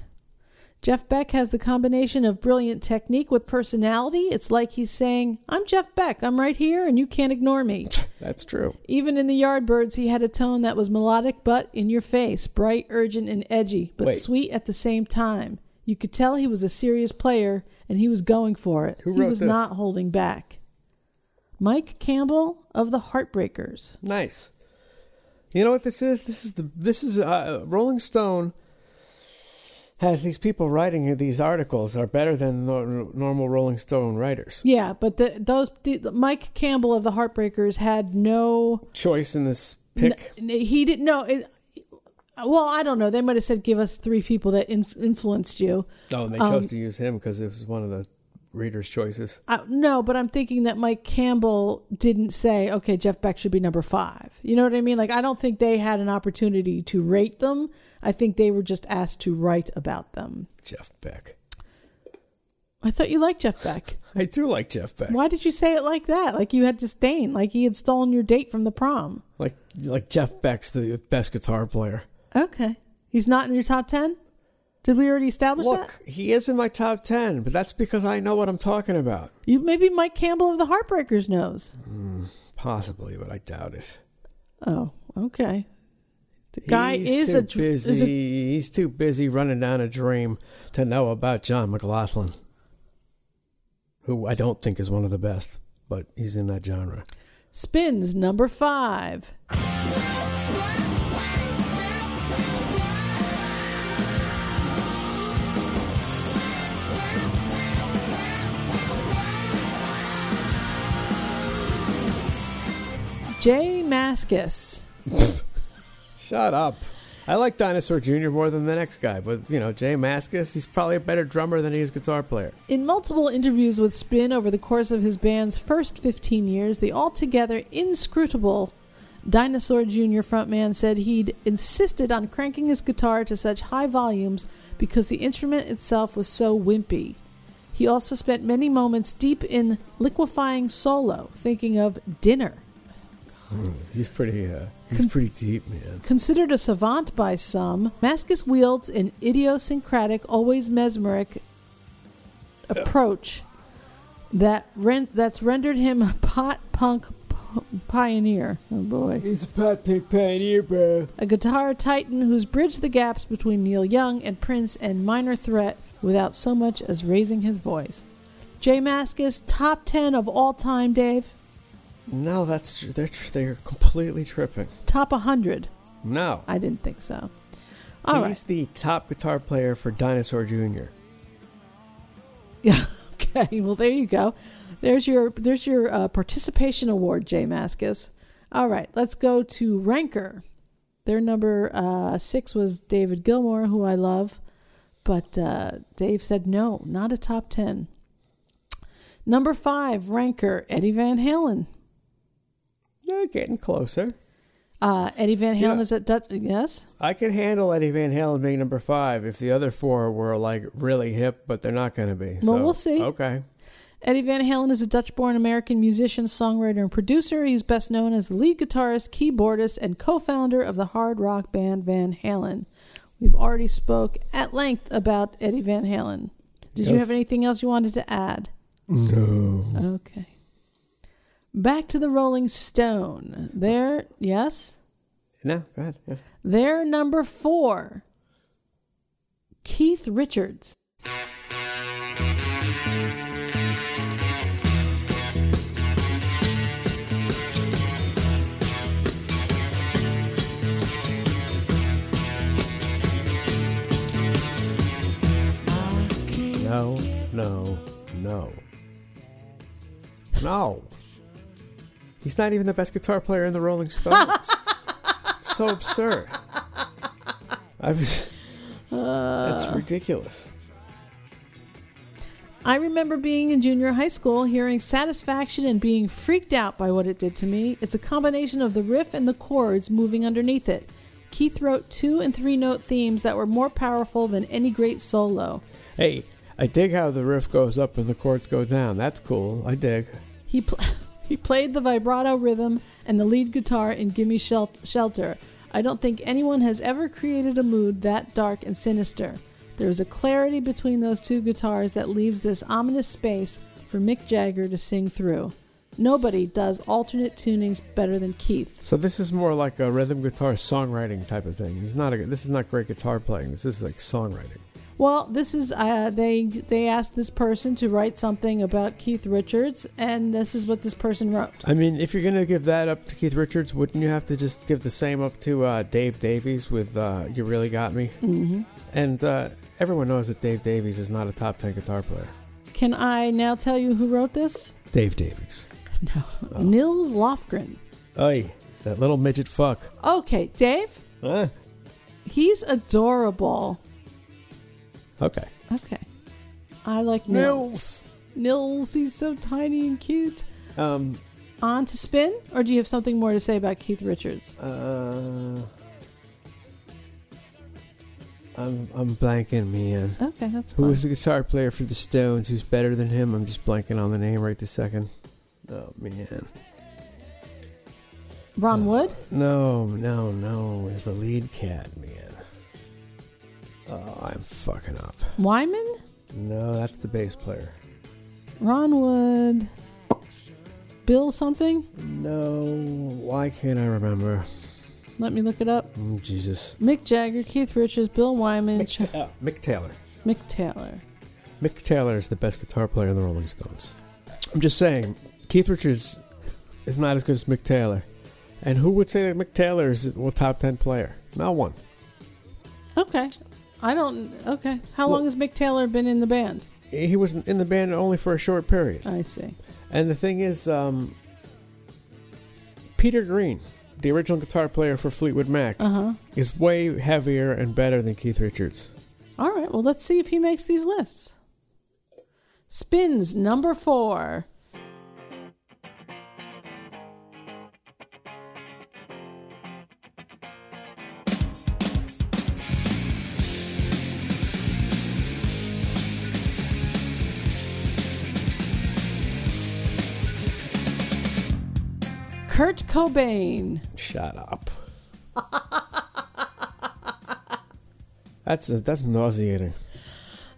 S3: Jeff Beck has the combination of brilliant technique with personality. It's like he's saying, I'm Jeff Beck. I'm right here and you can't ignore me.
S4: That's true.
S3: Even in the Yardbirds, he had a tone that was melodic but in your face, bright, urgent, and edgy, but
S4: Wait.
S3: sweet at the same time. You could tell he was a serious player and he was going for it.
S4: Who
S3: he
S4: wrote
S3: was
S4: this?
S3: not holding back. Mike Campbell of the Heartbreakers.
S4: Nice. You know what this is? This is the this is uh, Rolling Stone has these people writing these articles are better than nor- normal Rolling Stone writers.
S3: Yeah, but the, those the, Mike Campbell of the Heartbreakers had no.
S4: Choice in this pick.
S3: n- he didn't know. It, well, I don't know. They might have said, "Give us three people that inf- influenced you."
S4: oh, and they chose
S3: um,
S4: to use him because it was one of the readers' choices.
S3: Uh, no, but I'm thinking that Mike Campbell didn't say, okay, Jeff Beck should be number five. You know what I mean? Like, I don't think they had an opportunity to rate them. I think they were just asked to write about them.
S4: Jeff Beck.
S3: I thought you liked Jeff Beck.
S4: I do like Jeff Beck.
S3: Why did you say it like that? Like you had disdain, like he had stolen your date from the prom.
S4: Like like Jeff Beck's the best guitar player.
S3: Okay. He's not in your top 10? Did we already establish that?
S4: Look, he is in my top ten, but that's because I know what I'm talking about.
S3: You maybe Mike Campbell of the Heartbreakers knows.
S4: Possibly, but I doubt it.
S3: Oh, okay. The guy
S4: he's
S3: is
S4: too
S3: a, dr-
S4: busy.
S3: is a
S4: he's too busy running down a dream to know about John McLaughlin, who I don't think is one of the best, but he's in that genre.
S3: spins number 5. Jay Maskus.
S4: Shut up. I like Dinosaur Jr. more than the next guy, but you know, Jay Maskus, he's probably a better drummer than he is guitar player.
S3: In multiple interviews with Spin over the course of his band's first 15 years, the altogether inscrutable Dinosaur Jr. frontman said he'd insisted on cranking his guitar to such high volumes because the instrument itself was so wimpy. He also spent many moments deep in liquefying solo, thinking of dinner.
S4: He's pretty uh, he's pretty deep, man.
S3: Considered a savant by some, Maskus wields an idiosyncratic, always mesmeric approach that ren- that's rendered him a pot punk p- pioneer. Oh boy.
S4: He's a pot pink pioneer, bro.
S3: A guitar titan who's bridged the gaps between Neil Young and Prince and Minor Threat without so much as raising his voice. Jay Maskus, top 10 of all time, Dave.
S4: No, that's tr- they're tr- they're completely tripping.
S3: Top 100.
S4: No.
S3: I didn't think so. All right.
S4: he's the top guitar player for Dinosaur Jr.
S3: Yeah. Okay. Well, there you go. There's your there's your uh, participation award, Jay Maskus. All right, let's go to Ranker. Their number uh, six was David Gilmour, who I love, but uh, Dave said no, not a top ten. Number five, Ranker, Eddie Van Halen.
S4: Yeah, getting closer.
S3: Uh, Eddie Van Halen
S4: Yeah.
S3: is at Dutch. Yes.
S4: I could handle Eddie Van Halen being number five if the other four were like really hip, but they're not going to be. so,
S3: Well, we'll see.
S4: Okay.
S3: Eddie Van Halen is a Dutch born American musician, songwriter, and producer. He's best known as the lead guitarist, keyboardist, and co founder of the hard rock band Van Halen. We've already spoke at length about Eddie Van Halen. Did you
S4: Yes.
S3: have anything else you wanted to add? No. Okay. Back to the Rolling Stone. There, yes.
S4: No, go ahead. Yeah.
S3: Their number four, Keith Richards.
S4: No, no, no. No. He's not even the best guitar player in the Rolling Stones. it's so absurd. I was.
S3: Uh.
S4: that's ridiculous.
S3: I remember being in junior high school, hearing satisfaction and being freaked out by what it did to me. It's a combination of the riff and the chords moving underneath it. Keith wrote two and three note themes that were more powerful than any great solo.
S4: Hey, I dig how the riff goes up and the chords go down. That's cool. I dig.
S3: He, pl- he played the vibrato rhythm and the lead guitar in Gimme Shel- Shelter. I don't think anyone has ever created a mood that dark and sinister. There is a clarity between those two guitars that leaves this ominous space for Mick Jagger to sing through. Nobody does alternate tunings better than Keith.
S4: So this is more like a rhythm guitar songwriting type of thing. He's not a, this is not great guitar playing. This is like songwriting.
S3: Well, this is uh, they they asked this person to write something about Keith Richards, and this is what this person wrote.
S4: I mean, if you're gonna give that up to Keith Richards, wouldn't you have to just give the same up to uh, Dave Davies with uh, "You Really Got Me"? Mm-hmm. And uh, everyone knows that Dave Davies is not a top ten guitar player.
S3: Can I now tell you who wrote this?
S4: Dave Davies.
S3: No, Nils Lofgren.
S4: Oy, that little midget fuck.
S3: Okay, Dave,
S4: Huh?
S3: he's adorable.
S4: Okay.
S3: Okay. I like Nils.
S4: Nils.
S3: Nils, he's so tiny and cute.
S4: Um.
S3: On to spin, or do you have something more to say about Keith Richards?
S4: Uh. I'm I'm blanking, man.
S3: Okay, that's
S4: Who
S3: fine.
S4: was the guitar player for the Stones? Who's better than him? I'm just blanking on the name right this second. Oh man.
S3: Ron Wood?
S4: No, no, no. It's the lead cat, man. Oh, I'm fucking up.
S3: Wyman?
S4: No, that's the bass player.
S3: Ron Wood? Bill something?
S4: No, why can't I remember?
S3: Let me look it up.
S4: Mm, Jesus.
S3: Mick Jagger, Keith Richards, Bill Wyman, Ch-
S4: oh, Mick Taylor.
S3: Mick Taylor.
S4: Mick Taylor is the best guitar player in the Rolling Stones. I'm just saying, Keith Richards is not as good as Mick Taylor. And who would say that Mick Taylor is a top 10 player? Not one.
S3: Okay. I don't. Okay. How
S4: Well-
S3: long has Mick Taylor been in the band?
S4: He was in the band only for a short period.
S3: I see.
S4: And the thing is, um, Peter Green, the original guitar player for Fleetwood Mac,
S3: Uh huh.
S4: is way heavier and better than Keith Richards.
S3: All right. Well, let's see if he makes these lists. Spins number four. Kurt Cobain.
S4: Shut up. that's that's nauseating.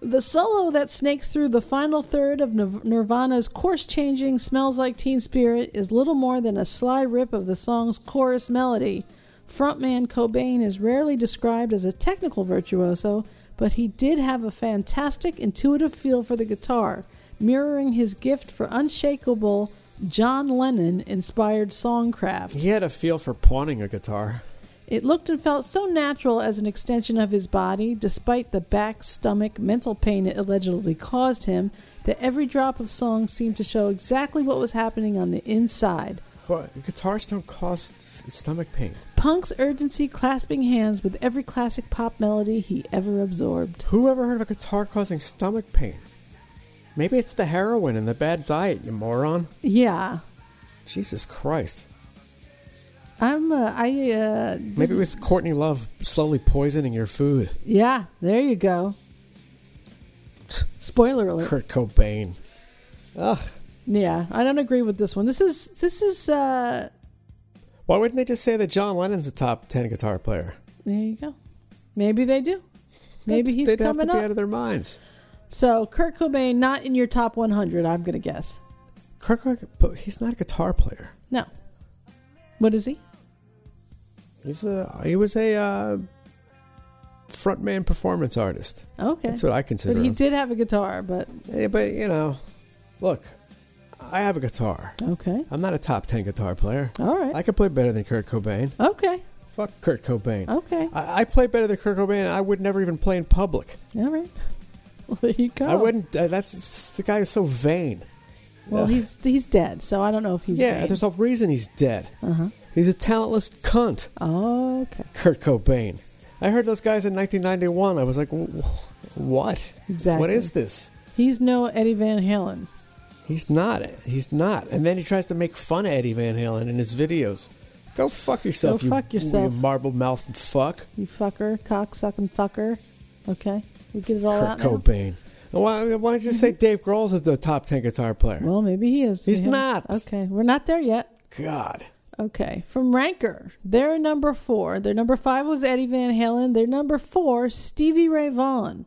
S3: The solo that snakes through the final third of Nir- Nirvana's course changing Smells Like Teen Spirit is little more than a sly rip of the song's chorus melody. Frontman Cobain is rarely described as a technical virtuoso, but he did have a fantastic intuitive feel for the guitar, mirroring his gift for unshakable John Lennon inspired songcraft.
S4: He had a feel for pawning a guitar.
S3: It looked and felt so natural as an extension of his body, despite the back, stomach, mental pain it allegedly caused him, that every drop of song seemed to show exactly what was happening on the inside.
S4: But guitars don't cause f- stomach pain.
S3: Punk's urgency clasping hands with every classic pop melody he ever absorbed.
S4: Who ever heard of a guitar causing stomach pain? Maybe it's the heroin and the bad diet, you moron.
S3: Yeah.
S4: Jesus Christ.
S3: I'm, uh, I, uh,
S4: Maybe it was Courtney Love slowly poisoning your food.
S3: yeah, there you go. Spoiler alert.
S4: Kurt Cobain. Ugh.
S3: Yeah, I don't agree with this one. This is, this is, uh,
S4: Why wouldn't they just say that John Lennon's a top 10 guitar player?
S3: there you go. Maybe they do. Maybe
S4: That's-
S3: he's
S4: they'd
S3: coming
S4: have to be
S3: up.
S4: out of their minds.
S3: So Kurt Cobain not in your top 100, I'm going to guess.
S4: Kurt Cobain, but he's not a guitar player.
S3: No. What is he?
S4: He's a, he was a uh, frontman performance artist.
S3: Okay.
S4: That's what I
S3: but
S4: consider
S3: he
S4: him.
S3: did have a guitar, but
S4: Eh, but, you know, look, I have a guitar.
S3: okay.
S4: I'm not a top 10 guitar player.
S3: All right.
S4: I can play better than Kurt Cobain.
S3: okay.
S4: Fuck Kurt Cobain.
S3: Okay.
S4: I, I play better than Kurt Cobain. I would never even play in public.
S3: All right. Well, there you go.
S4: I wouldn't. Uh, that's the guy is so vain.
S3: Well,
S4: Ugh.
S3: he's he's dead, so I don't know if he's
S4: yeah.
S3: vain.
S4: There's a reason he's dead.
S3: Uh-huh.
S4: He's a talentless cunt,
S3: Okay.
S4: Kurt Cobain. I heard those guys in 1991. I was like, "Wh- wh- what?
S3: Exactly.
S4: What is this?
S3: He's no Eddie Van Halen.
S4: He's not. He's not. And then he tries to make fun of Eddie Van Halen in his videos. Go fuck yourself.
S3: Go fuck
S4: you,
S3: yourself.
S4: You marble mouth fuck,
S3: You fucker, cock sucking fucker. Okay. We get it all
S4: Kurt
S3: out now?
S4: Cobain. Why, why don't you say Dave Grohl's a- the top ten guitar player?
S3: Well, maybe he is. We
S4: He's
S3: haven't-
S4: not.
S3: Okay. We're not there yet.
S4: God.
S3: Okay, from Ranker, their number four. Their number five was Eddie Van Halen. Their number four, Stevie Ray Vaughan.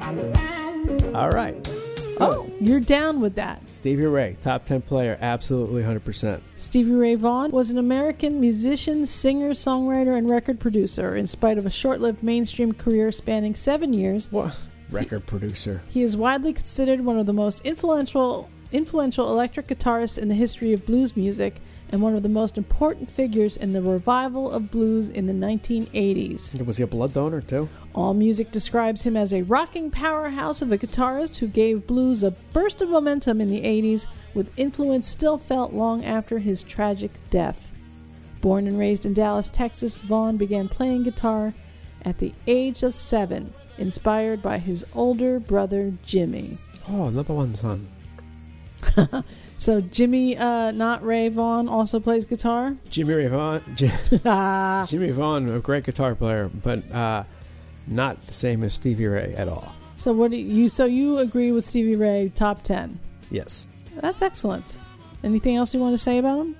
S4: All right.
S3: Oh, you're down with that.
S4: Stevie Ray, top 10 player, absolutely 100%.
S3: Stevie Ray Vaughan was an American musician, singer, songwriter, and record producer. In spite of a short lived mainstream career spanning seven years,
S4: What? Record producer.
S3: he is widely considered one of the most influential, influential electric guitarists in the history of blues music and one of the most important figures in the revival of blues in the 1980s.
S2: Was he a blood donor too?
S3: AllMusic describes him as a rocking powerhouse of a guitarist who gave blues a burst of momentum in the 80s with influence still felt long after his tragic death. Born and raised in Dallas, Texas, Vaughn began playing guitar at the age of seven, inspired by his older brother Jimmy.
S4: Oh, number one son.
S3: So, Jimmy, uh, not Ray Vaughn, also plays guitar.
S4: Jimmy Ray Vaughan. Ji- Jimmy Vaughan, a great guitar player, but uh, not the same as Stevie Ray at all.
S3: So, what do you? So, you agree with Stevie Ray top ten?
S4: Yes.
S3: That's excellent. Anything else you want to say about him?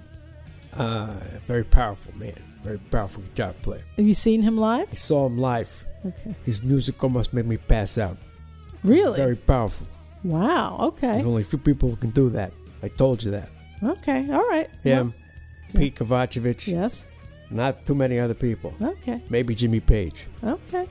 S4: Uh, very powerful man. Very powerful guitar player.
S3: Have you seen him
S4: I
S3: live?
S4: saw him live.
S3: Okay.
S4: His music almost made me pass out.
S3: Really?
S4: Very powerful.
S3: wow. Okay.
S4: There's only a few people who can do that. I told you that.
S3: Okay. All right.
S4: Him,
S3: Yeah.
S4: Pete Kovacevic,
S3: Yes.
S4: not too many other people.
S3: Okay.
S4: Maybe Jimmy Page.
S3: Okay.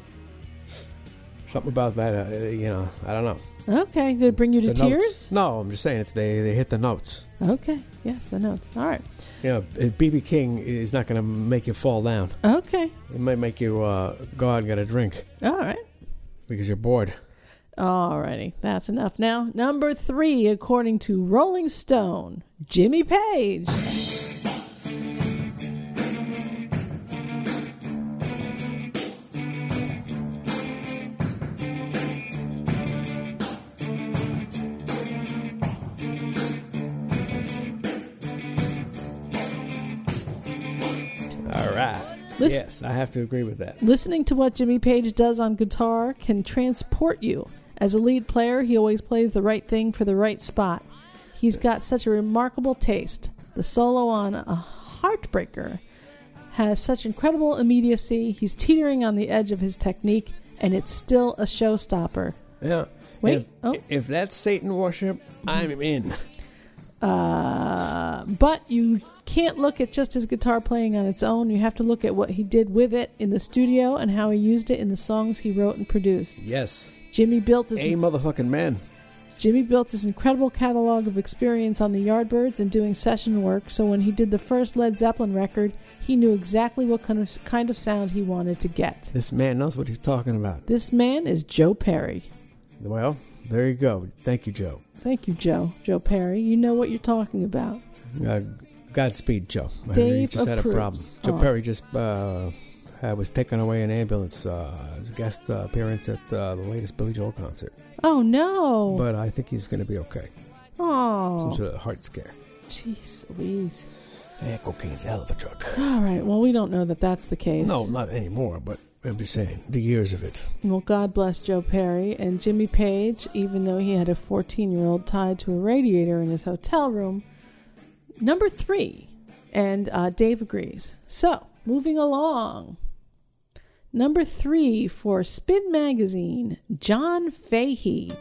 S4: Something about that, uh, you know, I don't know.
S3: Okay. Did it bring you to
S4: The notes.
S3: tears?
S4: No, I'm just saying it's they, they hit the notes.
S3: Okay. Yes, the notes. All right.
S4: You know, BB King is not going to make you fall down.
S3: Okay.
S4: It might make you uh, go out and get a drink
S3: All right.
S4: because you're bored.
S3: Alrighty, that's enough. Now, number three, according to Rolling Stone, Jimmy Page.
S4: All right.
S3: Listen,
S4: Yes, I have to agree with that.
S3: Listening to what Jimmy Page does on guitar can transport you. As a lead player, he always plays the right thing for the right spot. He's got such a remarkable taste. The solo on a heartbreaker has such incredible immediacy. He's teetering on the edge of his technique, and it's still a showstopper.
S4: Yeah.
S3: Wait,
S4: If,
S3: oh.
S4: if that's Satan worship, I'm in.
S3: Uh, but you can't look at just his guitar playing on its own. You have to look at what he did with it in the studio and how he used it in the songs he wrote and produced.
S4: Yes.
S3: Jimmy built this
S4: A motherfucking man.
S3: Jimmy built this incredible catalog of experience on the Yardbirds and doing session work, so when he did the first Led Zeppelin record, he knew exactly what kind of, kind of sound he wanted to get.
S4: This man knows what he's talking about.
S3: This man is Joe Perry.
S4: Well, there you go. Thank you, Joe.
S3: Thank you, Joe. Joe Perry. You know what you're talking about.
S4: Uh, Godspeed, Joe. I heard you
S3: Dave
S4: just had a
S3: approves.
S4: problem. Joe
S3: Oh.
S4: Perry just uh, uh, was taken away in ambulance uh, as a guest uh, appearance at uh, the latest Billy Joel concert.
S3: Oh no.
S4: But I think he's going to be okay. Some
S3: oh.
S4: sort of heart scare.
S3: Jeez Louise.
S4: Yeah, cocaine's a hell of a drug.
S3: All right. Well, we don't know that that's the case.
S4: No, not anymore, but I'm just saying, the years of it.
S3: Well, God bless Joe Perry and Jimmy Page, even though he had a 14 year old tied to a radiator in his hotel room. Number three, and uh, Dave agrees. So, moving along. Number three for Spin Magazine, John Fahey.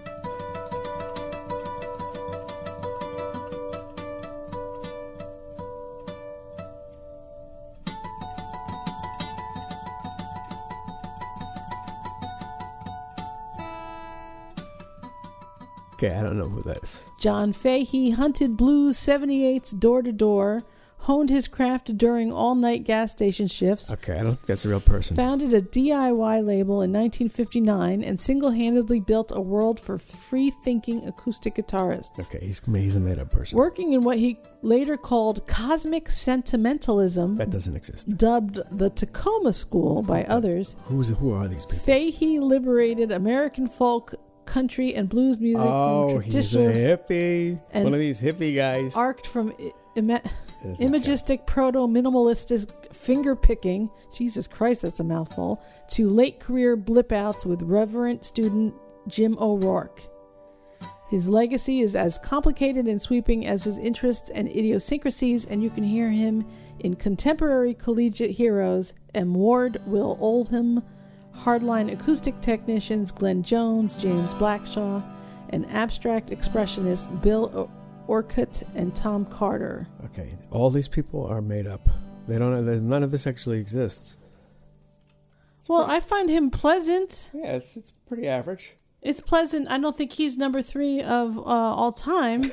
S4: Okay, I don't know who that is.
S3: John Fahey hunted blues 78s door to door, honed his craft during all night gas station shifts,
S4: Okay, I don't think that's a real person.
S3: founded a DIY label in 1959 and single-handedly built a world for free-thinking acoustic guitarists.
S4: Okay, he's, he's a made up person.
S3: Working in what he later called cosmic sentimentalism,
S4: That doesn't exist.
S3: dubbed the Tacoma School by others,
S4: Who's who are these people?
S3: Fahey liberated American folk, country, and blues music
S4: Oh,
S3: from
S4: he's a
S3: traditionalist
S4: hippie.
S3: and-
S4: One of these hippie guys.
S3: arced from i- ima-
S4: That's not
S3: imagistic proto minimalistic finger picking jesus christ that's a mouthful to late career blip outs with reverent student jim o'rourke his legacy is as complicated and sweeping as his interests and idiosyncrasies and you can hear him in contemporary collegiate heroes m ward will oldham hardline acoustic technicians glenn jones james blackshaw and abstract expressionist bill O- orcutt and tom carter
S4: Okay, all these people are made up. They don't. they- None of this actually exists.
S3: Well, I find him pleasant.
S4: Yeah, it's it's pretty average.
S3: It's pleasant. I don't think he's number three of uh, all time.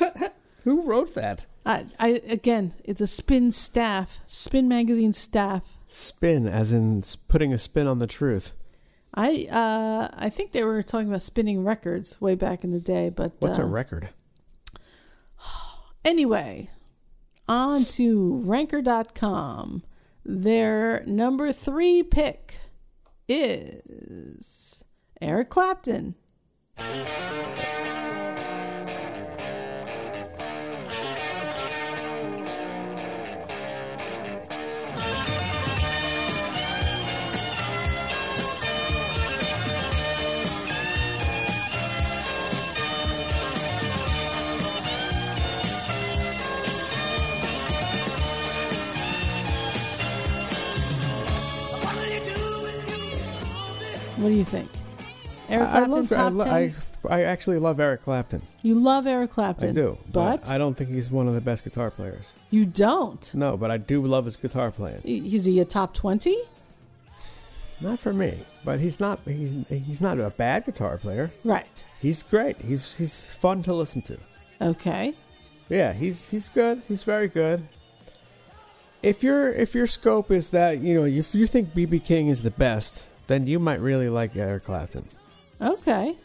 S6: Who wrote that?
S3: I, I again, it's a spin staff, spin magazine staff.
S4: Spin, as in s- putting a spin on the truth.
S3: I uh, I think they were talking about spinning records way back in the day, but
S4: What's
S3: uh,
S4: a record?
S3: Anyway, on to ranker.com. Their number three pick is Eric Clapton.
S5: What do you do when you call me?
S3: What do you think? Eric
S4: I, I
S3: Clapton,
S4: love. I,
S3: top
S4: lo-
S3: 10?
S4: I, I actually love Eric Clapton.
S3: you love Eric Clapton.
S4: I do,
S3: But,
S4: I don't think he's one of the best guitar players.
S3: you don't.
S4: No, but I do love his guitar playing.
S3: Is he a top 20?
S4: Not for me, but he's not. He's he's not a bad guitar player.
S3: Right.
S4: He's great. He's he's fun to listen to.
S3: Okay.
S4: Yeah, he's he's good. He's very good. If your if your scope is that you know if you think BB King is the best, then you might really like Eric Clapton.
S3: Okay.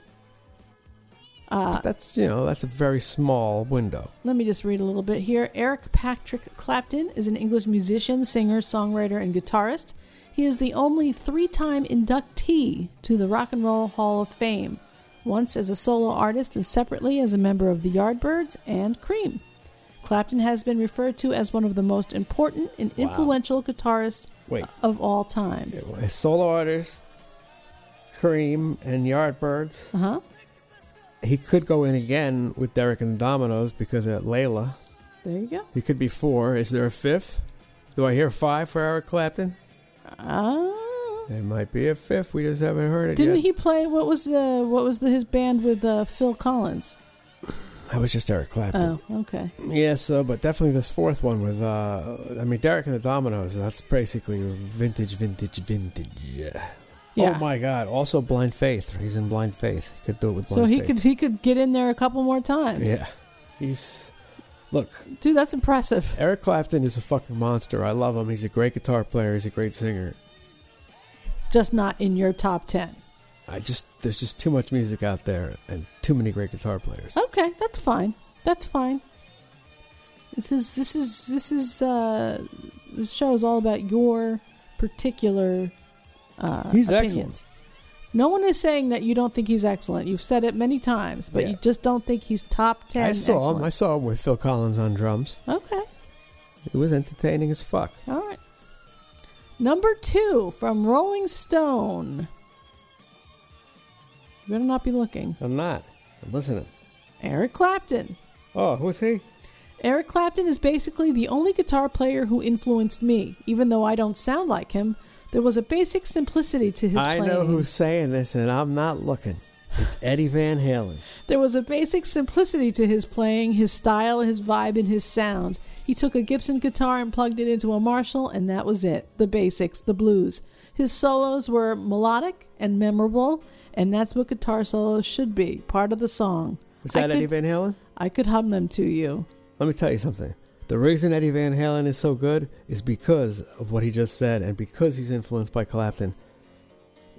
S3: Uh,
S4: But that's you know that's a very small window.
S3: Let me just read a little bit here. Eric Patrick Clapton is an English musician, singer, songwriter, and guitarist. He is the only three time inductee to the Rock and Roll Hall of Fame, once as a solo artist and separately as a member of the Yardbirds and Cream. Clapton has been referred to as one of the most important and influential guitarists
S4: Wait.
S3: of all time.
S4: A solo artist, Cream and Yardbirds.
S3: Uh huh.
S4: He could go in again with Derek and the Dominoes because of Layla.
S3: There you go.
S4: He could be four. Is there a fifth? Do I hear five for Eric Clapton?
S3: Ah.
S4: There might be a fifth. We just haven't heard it
S3: Didn't
S4: yet.
S3: he play what was the what was the, his band with uh, Phil Collins?
S4: That was just Eric Clapton.
S3: Oh, okay.
S4: Yeah, so but definitely this fourth one with uh I mean Derek and the Dominoes, that's basically vintage, vintage, vintage. Yeah.
S3: Yeah.
S4: Oh my god. Also Blind Faith. He's in Blind Faith. He could do it with Blind
S3: So he
S4: Faith.
S3: could he could get in there a couple more times.
S4: Yeah. He's look,
S3: Dude, that's impressive.
S4: Eric Clapton is a fucking monster. I love him. He's a great guitar player, he's a great singer.
S3: Just not in your top 10.
S4: I just there's just too much music out there and too many great guitar players.
S3: Okay, that's fine. That's fine. This is this is this is uh this show is all about your particular uh
S4: He's excellent.
S3: opinions. No one is saying that you don't think he's excellent. You've said it many times, but
S4: Yeah.
S3: you just don't think he's top 10.
S4: I saw him. I saw him with Phil Collins on drums.
S3: excellent. Okay.
S4: It was entertaining as fuck.
S3: All right. Number two from Rolling Stone. You better not be looking.
S4: I'm not. I'm listening.
S3: Eric Clapton.
S4: Oh, who's he?
S3: Eric Clapton is basically the only guitar player who influenced me. Even though I don't sound like him, there was a basic simplicity to his
S4: I
S3: playing.
S4: know who's saying this, and I'm not looking. It's Eddie Van Halen.
S3: There was a basic simplicity to his playing, his style, his vibe, and his sound. He took a Gibson guitar and plugged it into a Marshall, and that was it. The basics, the blues. His solos were melodic and memorable, and that's what guitar solos should be part of the song.
S4: Was that
S3: I could,
S4: Eddie Van Halen?
S3: I could hum them to you.
S4: Let me tell you something. The reason Eddie Van Halen is so good is because of what he just said, and because he's influenced by Clapton.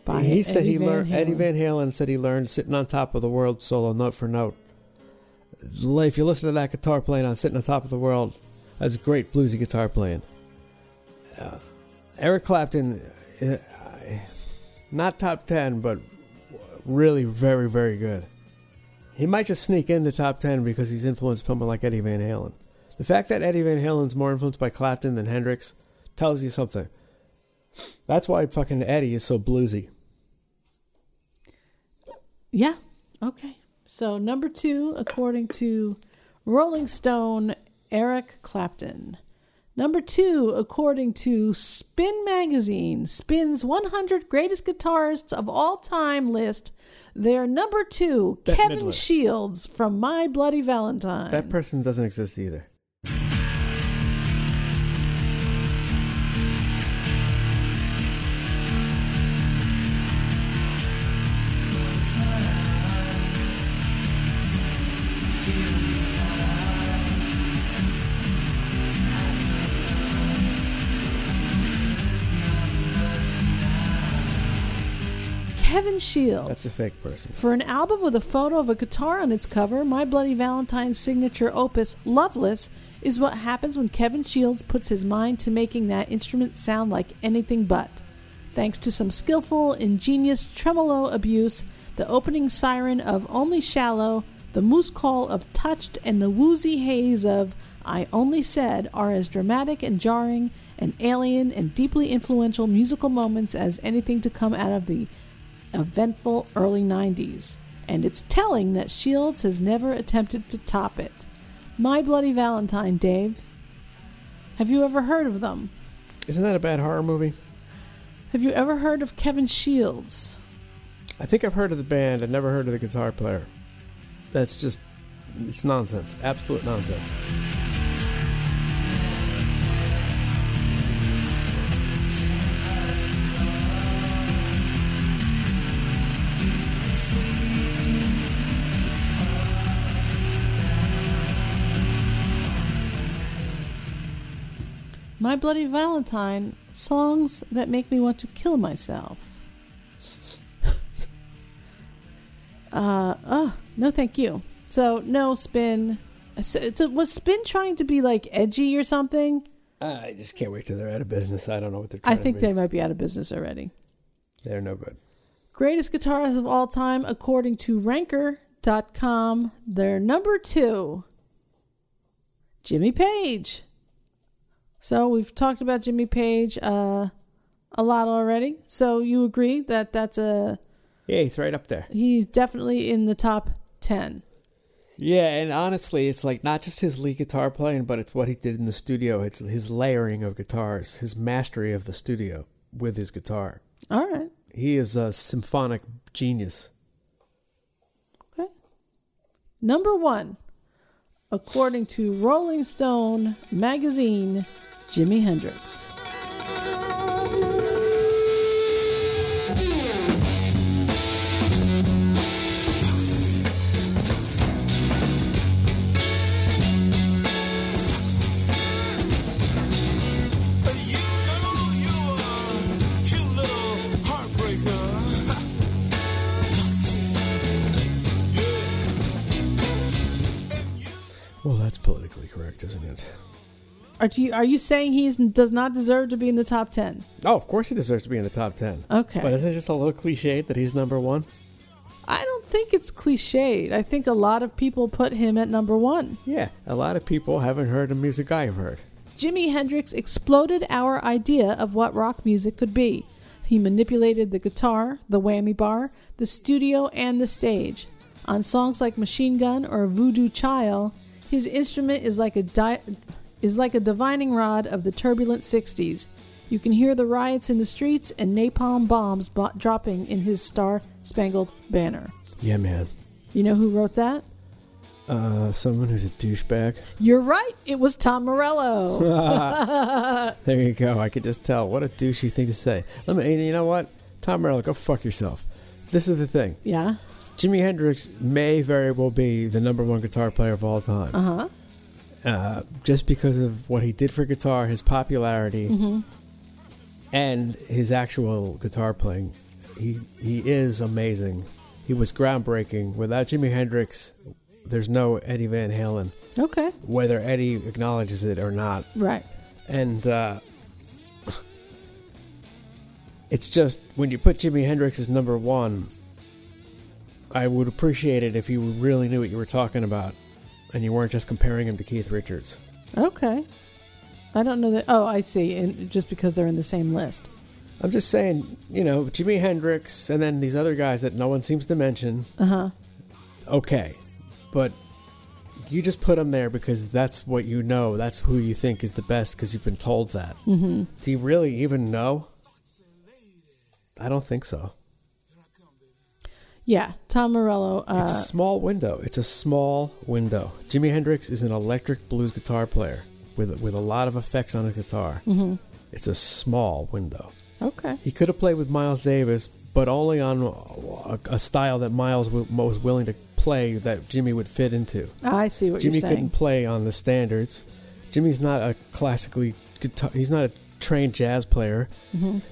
S3: By
S4: he said
S3: Eddie
S4: he
S3: Van
S4: learned. Eddie
S3: Halen.
S4: Van Halen said he learned sitting on top of the world solo note for note. Like, If you listen to that guitar playing on "Sitting on Top of the World," that's great bluesy guitar playing. Uh, Eric Clapton, uh, I- not top ten, but really very very good. He might just sneak into top ten because he's influenced someone like Eddie Van Halen. The fact that Eddie Van Halen's more influenced by Clapton than Hendrix tells you something. That's why fucking Eddie is so bluesy.
S3: Yeah. Okay. So number two, according to Rolling Stone, Eric Clapton. Number two, according to Spin Magazine, Spin's 100 Greatest Guitarists of All Time list, their number two,
S4: Bette
S3: Kevin
S4: Midler.
S3: Shields from My Bloody Valentine.
S4: That person doesn't exist either.
S3: Kevin Shields.
S4: That's a fake person.
S3: For an album with a photo of a guitar on its cover, My Bloody Valentine's signature opus, Loveless, is what happens when Kevin Shields puts his mind to making that instrument sound like anything but. Thanks to some skillful, ingenious tremolo abuse, the opening siren of Only Shallow, the moose call of Touched, and the woozy haze of I Only Said are as dramatic and jarring and alien and deeply influential musical moments as anything to come out of the eventful early 90s, and it's telling that Shields has never attempted to top it. My Bloody Valentine, Dave. Have you ever heard of them?
S4: Isn't that a bad horror movie?
S3: Have you ever heard of Kevin Shields?
S4: I think I've heard of the band. I've never heard of the guitar player. That's just, it's nonsense. Absolute nonsense.
S3: My Bloody Valentine, songs that make me want to kill myself. uh, oh, no, thank you. So, no spin. It's, it's was spin trying to be like edgy or something?
S4: I just can't wait till they're out of business. I don't know what they're
S3: I
S4: trying
S3: think
S4: to
S3: they might be out of business already.
S4: they... They're no good.
S3: Greatest guitarist of all time, according to Ranker.com. They're number two, Jimmy Page. So we've talked about Jimmy Page uh, a lot already. So you agree that that's a
S4: Yeah, he's right up there.
S3: he's definitely in the top ten.
S4: Yeah, and honestly, it's like not just his lead guitar playing, but it's what he did in the studio. It's his layering of guitars, his mastery of the studio with his guitar.
S3: All right.
S4: He is a symphonic genius.
S3: Okay. Number one, according to Rolling Stone magazine, Jimi Hendrix.
S5: You know you are cute little heartbreaker.
S4: Well, that's politically correct, isn't it?
S3: Are you are you saying he does not deserve to be in the top ten?
S4: Oh, of course he deserves to be in the top 10.
S3: Okay.
S4: But isn't it just a little cliched that he's number one?
S3: I don't think it's cliched. I think a lot of people put him at number one.
S4: Yeah, a lot of people haven't heard the music I've heard.
S3: Jimi Hendrix exploded our idea of what rock music could be. He manipulated the guitar, the whammy bar, the studio, and the stage. On songs like Machine Gun or Voodoo Child, his instrument is like a di- is like a divining rod of the turbulent 60s. You can hear the riots in the streets and napalm bombs bo- dropping in his Star Spangled Banner.
S4: Yeah, man.
S3: You know who wrote that?
S4: Uh, someone who's a douchebag.
S3: You're right. It was Tom Morello.
S4: There you go. I could just tell. What a douchey thing to say. Let me. and You know what? Tom Morello, go fuck yourself. This is the thing.
S3: yeah.
S4: Jimi Hendrix may very well be the number one guitar player of all time. Uh-huh. just because of what he did for guitar, his popularity, and his actual guitar playing, he he is amazing. He was groundbreaking. Without Jimi Hendrix, there's no Eddie Van Halen.
S3: Okay.
S4: Whether Eddie acknowledges it or not,
S3: Right.
S4: and uh, it's just when you put Jimi Hendrix as number one, I would appreciate it if you really knew what you were talking about, and you weren't just comparing him to Keith Richards.
S3: Okay. I don't know that. Oh, I see. And just because they're in the same list.
S4: I'm just saying, you know, Jimi Hendrix, and then these other guys that no one seems to mention. Uh huh.
S3: Uh-huh.
S4: Okay, but you just put them there because that's what you know. That's who you think is the best because you've been told that. Mm-hmm. Do you really even know? I don't think so.
S3: Yeah, Tom Morello. Uh,
S4: It's a small window. It's a small window. Jimi Hendrix is an electric blues guitar player with with a lot of effects on his guitar. Mm-hmm. It's a small window.
S3: okay.
S4: He could have played with Miles Davis, but only on a, a style that Miles w- was willing to play that Jimmy would fit into.
S3: I see what
S4: Jimmy
S3: you're saying.
S4: couldn't play on the standards. Jimmy's not a classically
S3: Mm-hmm.
S4: guitar. He's not a trained jazz player.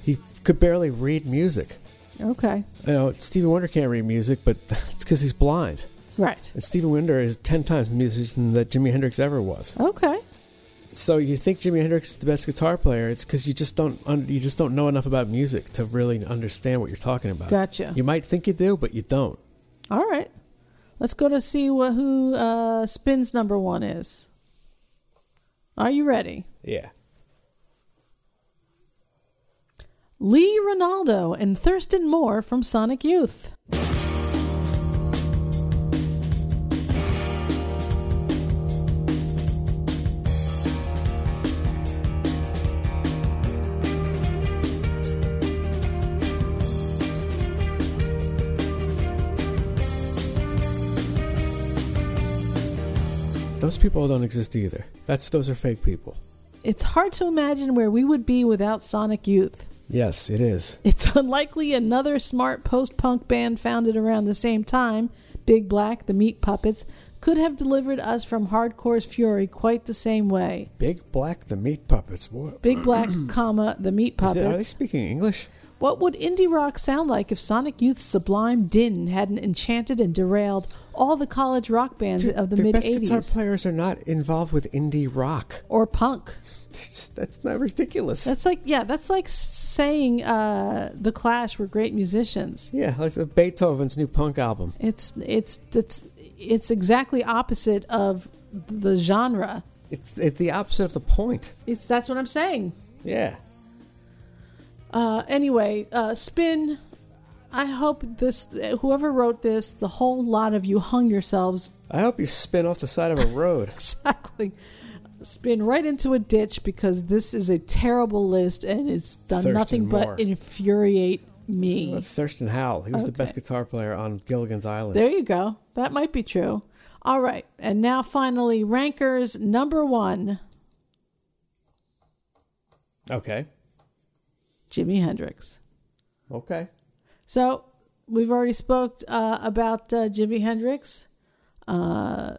S4: He could barely read music.
S3: Okay.
S4: You know, Stevie Wonder can't read music, but it's because he's blind.
S3: Right.
S4: And Stevie Wonder is 10 times the musician that Jimi Hendrix ever was.
S3: Okay.
S4: So you think Jimi Hendrix is the best guitar player, it's because you just don't un- you just don't know enough about music to really understand what you're talking about.
S3: Gotcha.
S4: You might think you do, but you don't.
S3: All right. Let's go to see what who uh, spins number one is. Are you ready?
S4: Yeah.
S3: Lee Ronaldo and Thurston Moore from Sonic Youth.
S4: Those people don't exist either. That's those are fake people.
S3: It's hard to imagine where we would be without Sonic Youth.
S4: Yes, it is.
S3: It's unlikely another smart post punk band founded around the same time, Big Black, the Meat Puppets, could have delivered us from hardcore's fury quite the same way.
S4: Big Black the Meat Puppets. What?
S3: Big Black, comma, the Meat
S4: Is
S3: Puppets.
S4: it- are they speaking English?
S3: What would indie rock sound like if Sonic Youth's sublime din hadn't enchanted and derailed all the college rock bands
S4: Dude,
S3: of the
S4: their
S3: mid
S4: best guitar
S3: 80s?
S4: players are not involved with indie rock.
S3: Or punk.
S4: That's not ridiculous.
S3: That's like, yeah, that's like s- saying uh, The Clash were great musicians.
S4: yeah, like the Beethoven's new punk album.
S3: It's, it's, it's, it's exactly opposite of the genre.
S4: It's, it's the opposite of the point.
S3: It's, that's what I'm saying.
S4: Yeah.
S3: Uh, anyway, uh, Spin, I hope this, whoever wrote this, the whole lot of you hung yourselves
S4: I hope you spin off the side of a road.
S3: exactly. Spin right into a ditch because this is a terrible list and it's done
S4: Thurston
S3: nothing
S4: Moore.
S3: but infuriate me.
S4: That's Thurston Howell. He was the best
S3: Okay.
S4: guitar player on Gilligan's Island.
S3: There you go. That might be true. All right. And now finally, Rankers number one,
S4: okay.
S3: Jimi Hendrix.
S4: Okay.
S3: So we've already spoke uh, about uh, Jimi Hendrix. Uh,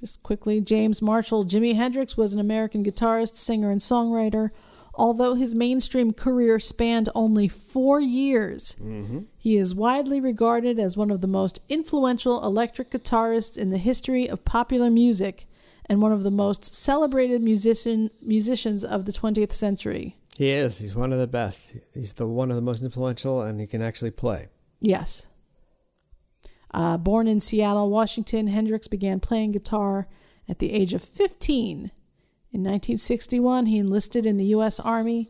S3: just quickly, James Marshall. Jimi Hendrix was an American guitarist, singer, and songwriter. Although his mainstream career spanned only four years, he is widely regarded as one of the most influential electric guitarists in the history of popular music and one of the most celebrated musician, musicians of the 20th century.
S4: He is. He's one of the best. He's the one of the most influential, and he can actually play.
S3: Yes. Uh, born in Seattle, Washington, Hendrix began playing guitar at the age of 15. In 1961, he enlisted in the U.S. Army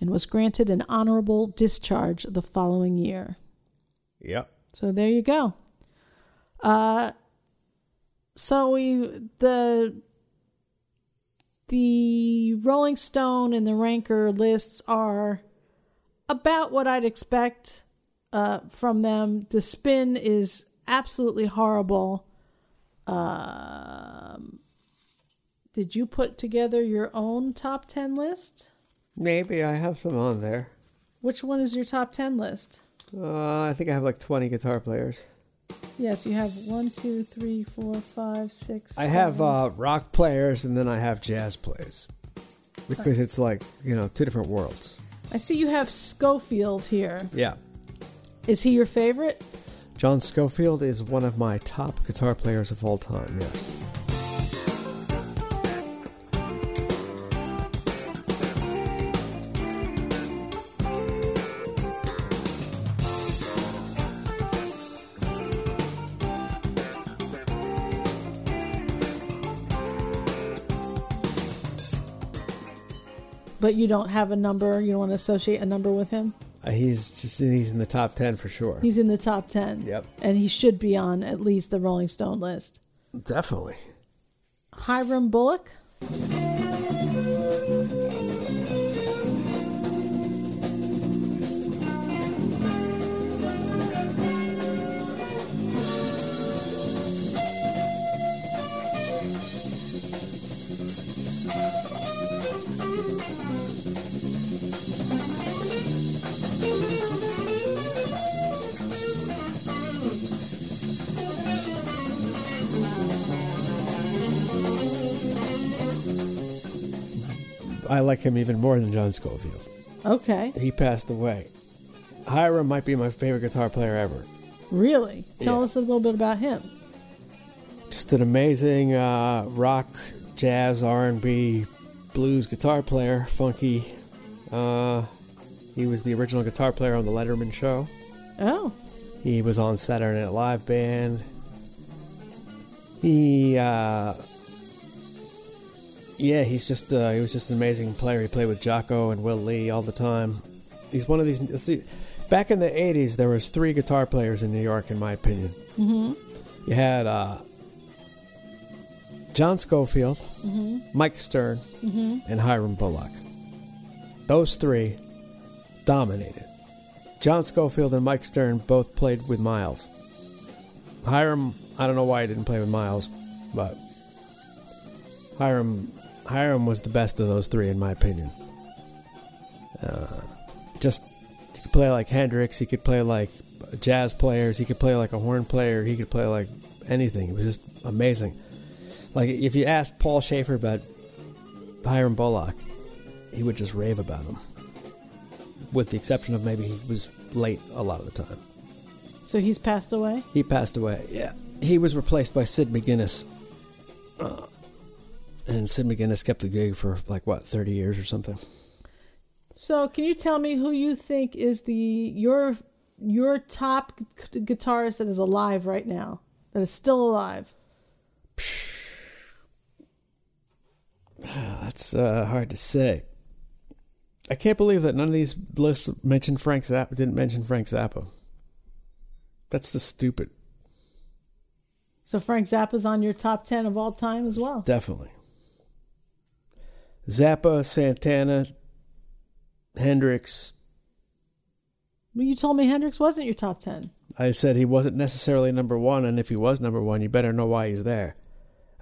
S3: and was granted an honorable discharge the following year.
S4: Yep.
S3: So there you go. Uh, so we the the Rolling Stone and the Ranker lists are about what I'd expect uh, from them. The spin is absolutely horrible. Um, did you put together your own top ten list?
S4: Maybe I have some on there.
S3: Which one is your top ten list?
S4: Uh, I think I have like 20 guitar players.
S3: Yes, you have one, two, three, four, five, six.
S4: I have
S3: seven.
S4: uh, rock players, and then I have jazz players. Because it's like, you know, two different worlds.
S3: I see you have Schofield here.
S4: Yeah.
S3: Is he your favorite?
S4: John Schofield is one of my top guitar players of all time, yes.
S3: But you don't have a number. You don't want to associate a number with him.
S4: Uh, He's just he's in the top 10 for sure.
S3: He's in the top 10.
S4: Yep.
S3: And he should be on at least the Rolling Stone list.
S4: Definitely.
S3: Hiram Bullock?
S4: I like him even more than John Schofield.
S3: Okay.
S4: He passed away. Hiram might be my favorite guitar player ever.
S3: Really? Tell
S4: Yeah.
S3: us a little bit about him.
S4: Just an amazing uh, rock, jazz, R and B, blues guitar player. Funky. Uh, he was the original guitar player on the Letterman Show.
S3: Oh,
S4: He was on Saturday Night Live band. He, uh, yeah, he's just uh, he was just an amazing player. He played with Jocko and Will Lee all the time. He's one of these. let's See, back in the '80s, there was three guitar players in New York, in my opinion. Mm-hmm. You had uh, John Schofield, Mike Stern, and Hiram Bullock. Those three dominated. John Schofield and Mike Stern both played with Miles. Hiram, I don't know why he didn't play with Miles, but Hiram, Hiram was the best of those three in my opinion. Uh, just he could play like Hendrix, he could play like jazz players, he could play like a horn player, he could play like anything. It was just amazing. Like if you asked Paul Schaefer about Hiram Bullock, he would just rave about him with the exception of maybe he was late a lot of the time.
S3: so he's passed away?
S4: He passed away. Yeah, he was replaced by Sid McGuinness, Uh, and Sid McGuinness kept the gig for like what thirty years or something.
S3: So, can you tell me who you think is the your your top gu- guitarist that is alive right now? That is still alive.
S4: That's uh, hard to say. I can't believe that none of these lists mentioned Frank Zappa. Didn't mention Frank Zappa. That's the stupid.
S3: So Frank Zappa's on your top 10 of all time as well.
S4: Definitely. Zappa, Santana, Hendrix,
S3: Well, You told me Hendrix wasn't your top 10.
S4: I said he wasn't necessarily number one, and if he was number one, you better know why he's there.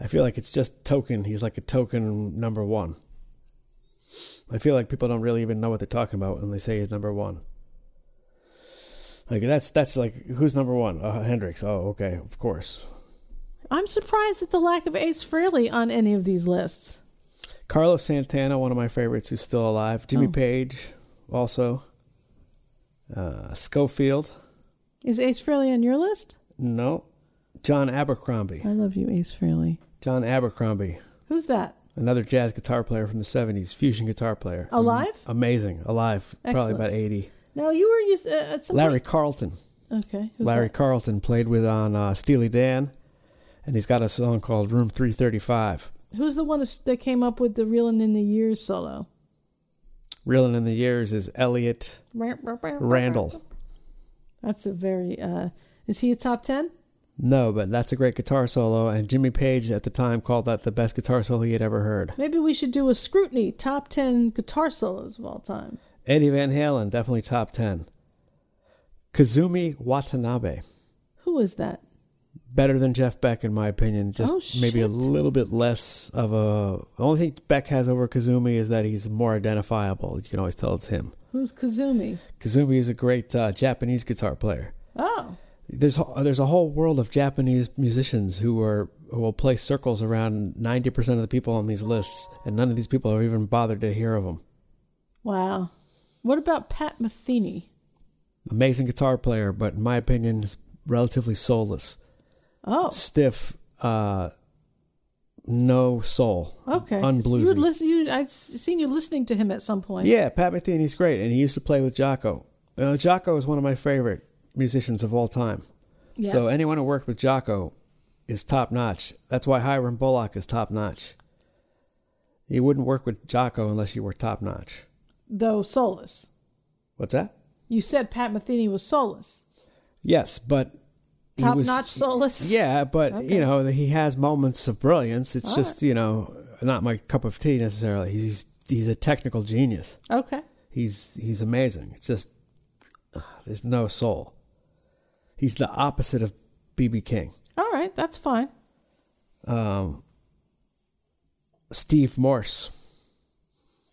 S4: I feel like it's just token. He's like a token number one. I feel like people don't really even know what they're talking about when they say he's number one. Like that's that's like who's number one? Uh, Hendrix. Oh, okay, of course.
S3: I'm surprised at the lack of Ace Frehley on any of these lists.
S4: Carlos Santana, one of my favorites, who's still alive. Jimmy Page, also. Uh, Schofield,
S3: Is Ace Frehley on your list?
S4: no. John Abercrombie.
S3: I love you, Ace Frehley.
S4: John Abercrombie.
S3: Who's that?
S4: another jazz guitar player from the 70s, fusion guitar player.
S3: Alive?
S4: Amazing, alive, probably
S3: Oh. Excellent.
S4: about 80.
S3: No, you were used uh, at some
S4: Larry Carlton.
S3: Point. Okay. who's
S4: Larry
S3: that?
S4: Carlton played with on uh, Steely Dan, and he's got a song called Room 335.
S3: Who's the one that's- that came up with the Reelin' in the Years solo?
S4: Reeling in the Years is Elliot Randall.
S3: That's a very. uh Is he a top ten?
S4: No, but that's a great guitar solo, and Jimmy Page at the time called that the best guitar solo he had ever heard.
S3: Maybe we should do a scrutiny top ten guitar solos of all time.
S4: Eddie Van Halen, definitely top 10. Kazumi Watanabe.
S3: Who is that?
S4: better than Jeff Beck in my opinion. Just
S3: Oh,
S4: maybe a
S3: shit.
S4: little bit less of a. The only thing Beck has over Kazumi is that he's more identifiable. You can always tell it's him.
S3: Who's Kazumi?
S4: Kazumi is a great uh, Japanese guitar player.
S3: Oh,
S4: There's uh, there's a whole world of Japanese musicians who are who will play circles around 90% of the people on these lists, and none of these people have even bothered to hear of them.
S3: wow. What about Pat Metheny?
S4: Amazing guitar player, but in my opinion, is relatively soulless,
S3: Oh,
S4: stiff, uh, no soul.
S3: okay.
S4: unbluesy.
S3: You would listen. You, I'd s- seen you listening to him at some point.
S4: Yeah, Pat Metheny's great, and he used to play with Jocko. Uh, Jocko is one of my favorite musicians of all time.
S3: Yes.
S4: So anyone who worked with Jocko is top notch. That's why Hiram Bullock is top notch. You wouldn't work with Jocko unless you were top notch.
S3: Though soulless.
S4: What's that?
S3: You said Pat Metheny was soulless.
S4: Yes, but he
S3: Top
S4: was-
S3: notch soulless.
S4: Yeah, but you know he has moments of brilliance. It's just you know not my cup of tea necessarily. He's he's a technical genius.
S3: Okay.
S4: He's he's amazing. It's just ugh, there's no soul. He's the opposite of BB King.
S3: All right. That's fine.
S4: Um, Steve Morse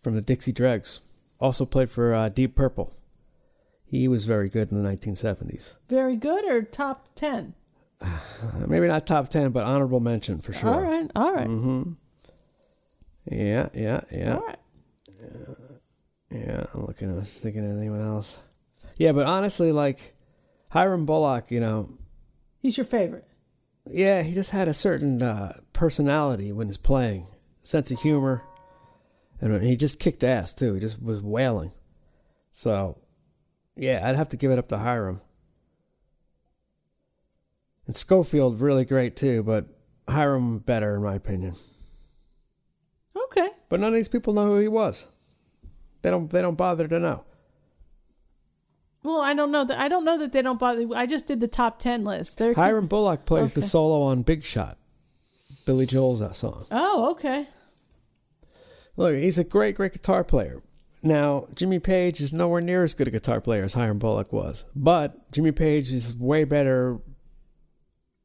S4: from the Dixie Dregs also played for uh, Deep Purple. He was very good in the 1970s.
S3: Very good or top ten?
S4: Uh, Maybe not top 10, but honorable mention for sure. Mm-hmm.
S3: All right. All right.
S4: Yeah, yeah, yeah,
S3: All right.
S4: yeah. I'm looking. I was thinking of anyone else. Yeah, but honestly, like Hiram Bullock, you know,
S3: He's your favorite.
S4: yeah, he just had a certain uh, personality when he's playing, sense of humor, and he just kicked ass too. He just was wailing. So, yeah, I'd have to give it up to Hiram. And Schofield really great too, but Hiram better in my opinion.
S3: Okay.
S4: But none of these people know who he was. They don't. They don't bother to know.
S3: Well, I don't know that I don't know that they don't bother. I just did the top ten list. They're
S4: Hiram Bullock plays the
S3: Okay.
S4: solo on Big Shot, Billy Joel's that song.
S3: Oh, okay.
S4: Look, he's a great, great guitar player. Now, Jimmy Page is nowhere near as good a guitar player as Hiram Bullock was, but Jimmy Page is way better.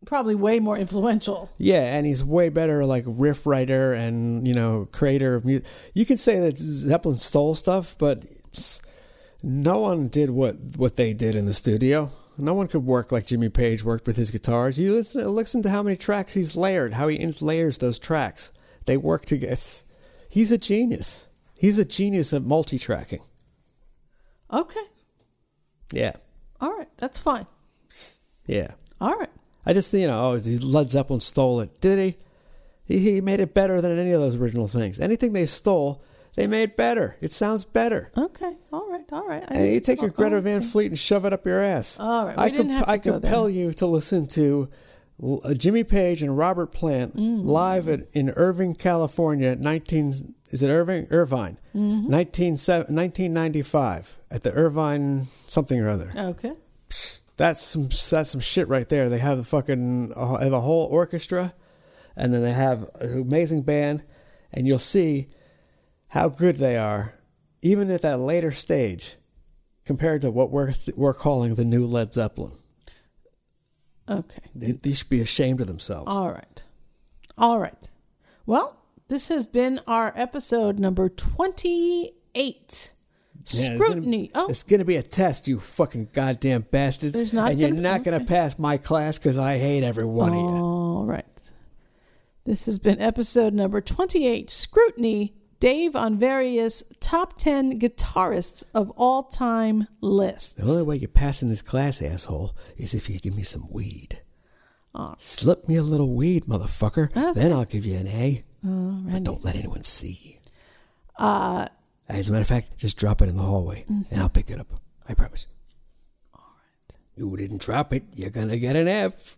S3: Probably way more influential.
S4: Yeah, and he's way better like riff writer and you know creator of music. You can say that Zeppelin stole stuff, but s- no one did what what they did in the studio. No one could work like Jimmy Page worked with his guitars. You listen, listen to how many tracks he's layered, how he ins- layers those tracks. They work together. He's a genius. He's a genius at multi-tracking.
S3: Okay.
S4: Yeah,
S3: All right. That's fine.
S4: yeah.
S3: All right.
S4: I just think, you know, oh, Led Zeppelin stole it. Did he? he? He made it better than any of those original things. Anything they stole, they made better. It sounds better.
S3: Okay. All right. All right. I-
S4: Hey, you take your Greta
S3: oh,
S4: Van
S3: okay.
S4: Fleet and shove it up your ass.
S3: All right, we
S4: I,
S3: didn't have to
S4: I
S3: go there.
S4: compel you to listen to L- uh, Jimmy Page and Robert Plant
S3: Mm.
S4: live at, in Irving, California, at 19. Is it Irving? Irvine.
S3: Mm-hmm.
S4: 19, se- 1995 at the Irvine something or other.
S3: Okay.
S4: That's some that's some shit right there. They have a fucking uh, have a whole orchestra, and then they have an amazing band, and you'll see how good they are, even at that later stage, compared to what we're we're calling the new Led Zeppelin.
S3: Okay.
S4: They, they should be ashamed of themselves.
S3: All right. All right. Well, this has been our episode number 28.
S4: Yeah, it's gonna-
S3: Scrutiny. oh,
S4: it's gonna be a test, you fucking goddamn bastards!
S3: There's not
S4: and you're
S3: gonna be-
S4: not gonna
S3: okay. Oh.
S4: pass my class because I hate every one of you.
S3: all right. This has been episode number 28 Scrutiny Dave on various top 10 guitarists of all time lists.
S4: The only way you're passing this class, asshole, is if you give me some weed. Slip me a little weed, motherfucker. Then I'll give you an A. But don't let anyone see.
S3: Uh,
S4: As a matter of fact, just drop it in the hallway and I'll pick it up. I promise. All right. You didn't drop it. You're going to get an F.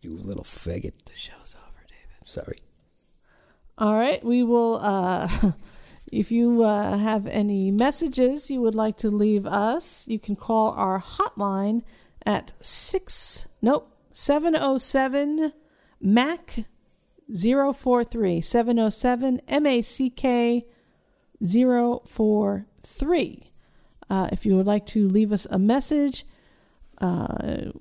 S4: You little faggot. The show's over, David. Sorry.
S3: All right. We will, uh, if you uh, have any messages you would like to leave us, you can call our hotline at 6, nope, 707 MAC 043. 707 MACK 043. Uh, if you would like to leave us a message, uh,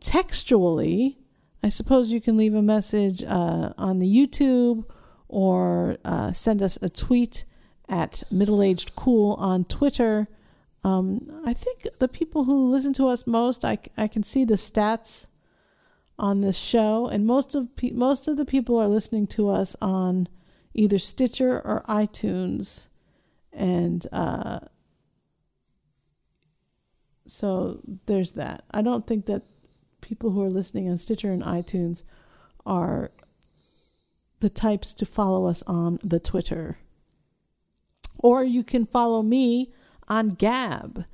S3: textually, I suppose you can leave a message uh, on the YouTube or uh, send us a tweet at Middle Aged Cool on Twitter. Um, I think the people who listen to us most, I, c- I can see the stats on this show, and most of pe- most of the people are listening to us on either Stitcher or iTunes, and uh, so there's that. I don't think that people who are listening on Stitcher and iTunes are the types to follow us on the Twitter. Or you can follow me on Gab.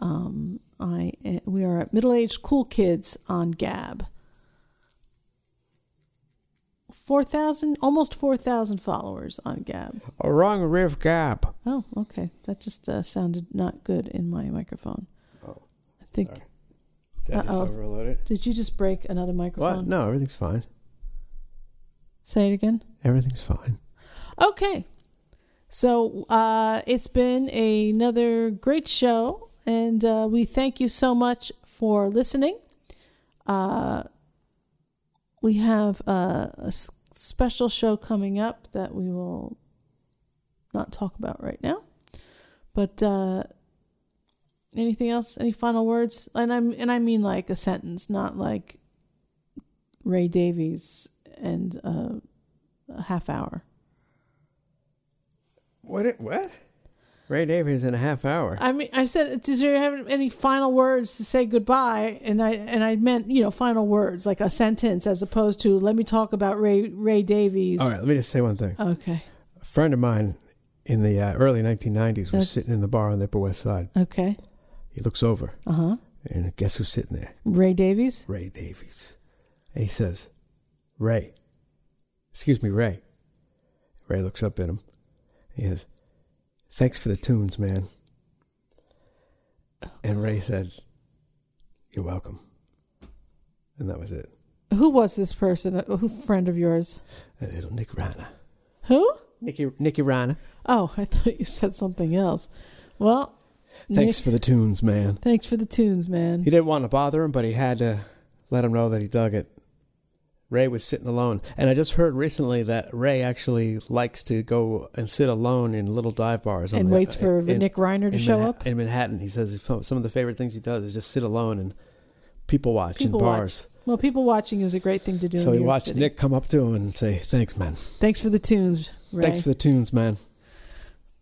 S3: Um, I eh, we are at middle aged cool kids on Gab. Four thousand, almost four thousand followers on Gab.
S4: A wrong riff gap.
S3: Oh, okay, that just uh, sounded not good in my microphone. Oh, I think.
S4: Did I just
S3: Uh-oh.
S4: overload it?
S3: Did you just break another microphone?
S4: What? No, everything's fine.
S3: Say it again.
S4: Everything's fine.
S3: Okay. So uh, it's been another great show, and uh, we thank you so much for listening. Uh, we have uh, a s- special show coming up that we will not talk about right now. But uh, anything else? Any final words? And I'm and I mean like a sentence, not like Ray Davies and uh, a half hour.
S4: What? It, what? Ray Davies in a half hour.
S3: I mean, I said, "Does there have any final words to say goodbye?" And I and I meant, you know, final words like a sentence, as opposed to "Let me talk about Ray Ray Davies."
S4: All right, let me just say one thing.
S3: Okay.
S4: A friend of mine in the uh, early 1990s was sitting in the bar on the Upper West Side.
S3: Okay.
S4: He looks over. Uh huh. And guess who's sitting there?
S3: Ray Davies.
S4: Ray Davies. And he says, Ray. Excuse me, Ray. Ray looks up at him. He says, Thanks for the tunes, man. And Ray said, You're welcome. And that was it.
S3: Who was this person? Uh, Who friend of yours?
S4: A little Nick Rana.
S3: Who?
S4: Nicky, Nicky Rana.
S3: Oh, I thought you said something else. Well,
S4: Thanks
S3: Nick,
S4: for the tunes, man.
S3: thanks for the tunes, man.
S4: He didn't want to bother him, but he had to let him know that he dug it. Ray was sitting alone. And I just heard recently that Ray actually likes to go and sit alone in little dive bars. on
S3: and
S4: the- uh,
S3: waits for
S4: in-
S3: Nick Reiner to
S4: in
S3: show
S4: Manha-
S3: up.
S4: in Manhattan. He says it's some of the favorite things he does is just sit alone and people watch
S3: People
S4: in bars.
S3: watch. Well, people watching is a great thing to do.
S4: So
S3: in
S4: he
S3: New York
S4: watched
S3: City.
S4: Nick come up to him and say, "Thanks, man.
S3: Thanks for the tunes, Ray.
S4: Thanks for the tunes, man."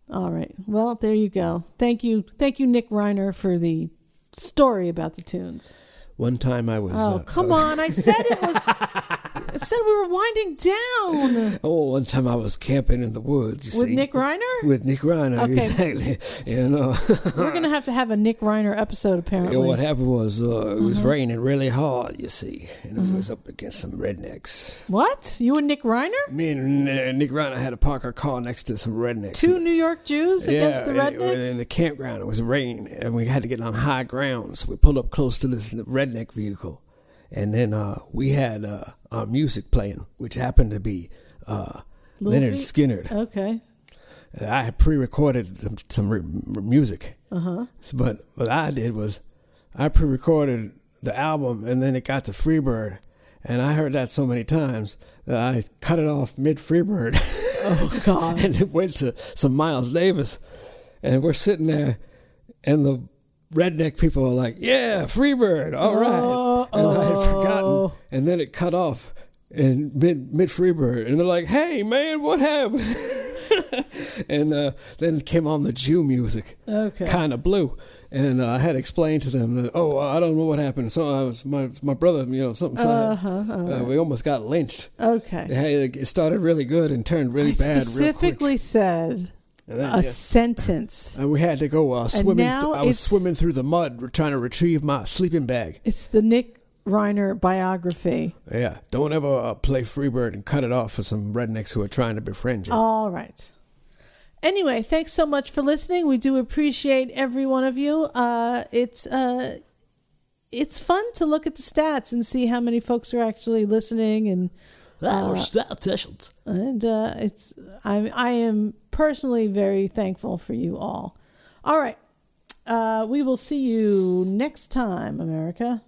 S3: All right. Well, there you go. Thank you, thank you, Nick Reiner, for the story about the tunes.
S4: One time I was.
S3: Oh,
S4: uh,
S3: come on! I said it was. I said we were winding down
S4: Oh, one time I was camping in the woods. You
S3: with
S4: see,
S3: Nick Reiner.
S4: With Nick Reiner,
S3: Okay.
S4: exactly. You know,
S3: We're gonna have to have a Nick Reiner episode,
S4: you
S3: apparently.
S4: know, what happened was uh, it
S3: Mm-hmm.
S4: was raining really hard. You see, and we was up against some rednecks.
S3: What? You and Nick Reiner?
S4: Me and uh, Nick Reiner had to park our car next to some rednecks.
S3: Two New York Jews against the
S4: and it- In
S3: rednecks?
S4: the campground, it was rain, and we had to get on high ground. So we pulled up close to this redneck vehicle, and then uh, we had uh, our music playing, which happened to be uh,
S3: Little
S4: Leonard
S3: Feat?
S4: Skinner.
S3: Okay.
S4: I had pre-recorded some, some re- re- music, so, but what I did was I pre-recorded the album, and then it got to Freebird, and I heard that so many times that I cut it off mid Freebird.
S3: Oh God.
S4: and it went to some Miles Davis, and we're sitting there, and the redneck people are like, "Yeah, Freebird, all right." And I had forgotten, and then it cut off in mid mid Freebird, and they're like, "Hey, man, what happened?" and uh, then came on the Jew music,
S3: Okay.
S4: kind of blue. And uh, I had explained to them that, oh, I don't know what happened. So I was my my brother, you know, something.
S3: Uh-huh,
S4: uh, we almost got lynched.
S3: Okay.
S4: Hey, it started really good and turned really
S3: I
S4: bad. real quick.
S3: specifically said
S4: And then,
S3: a
S4: yeah.
S3: sentence.
S4: And we had to go uh, swimming. th-
S3: now
S4: I was
S3: it's-
S4: swimming through the mud re- trying to retrieve my sleeping bag.
S3: It's the Nick Reiner biography.
S4: Yeah, don't ever uh, play Freebird and cut it off for some rednecks who are trying to befriend you.
S3: All right. Anyway, thanks so much for listening. We do appreciate every one of you. Uh, it's uh, it's fun to look at the stats and see how many folks are actually listening, and uh, and uh, it's I I am personally very thankful for you all. All right, uh, we will see you next time, America.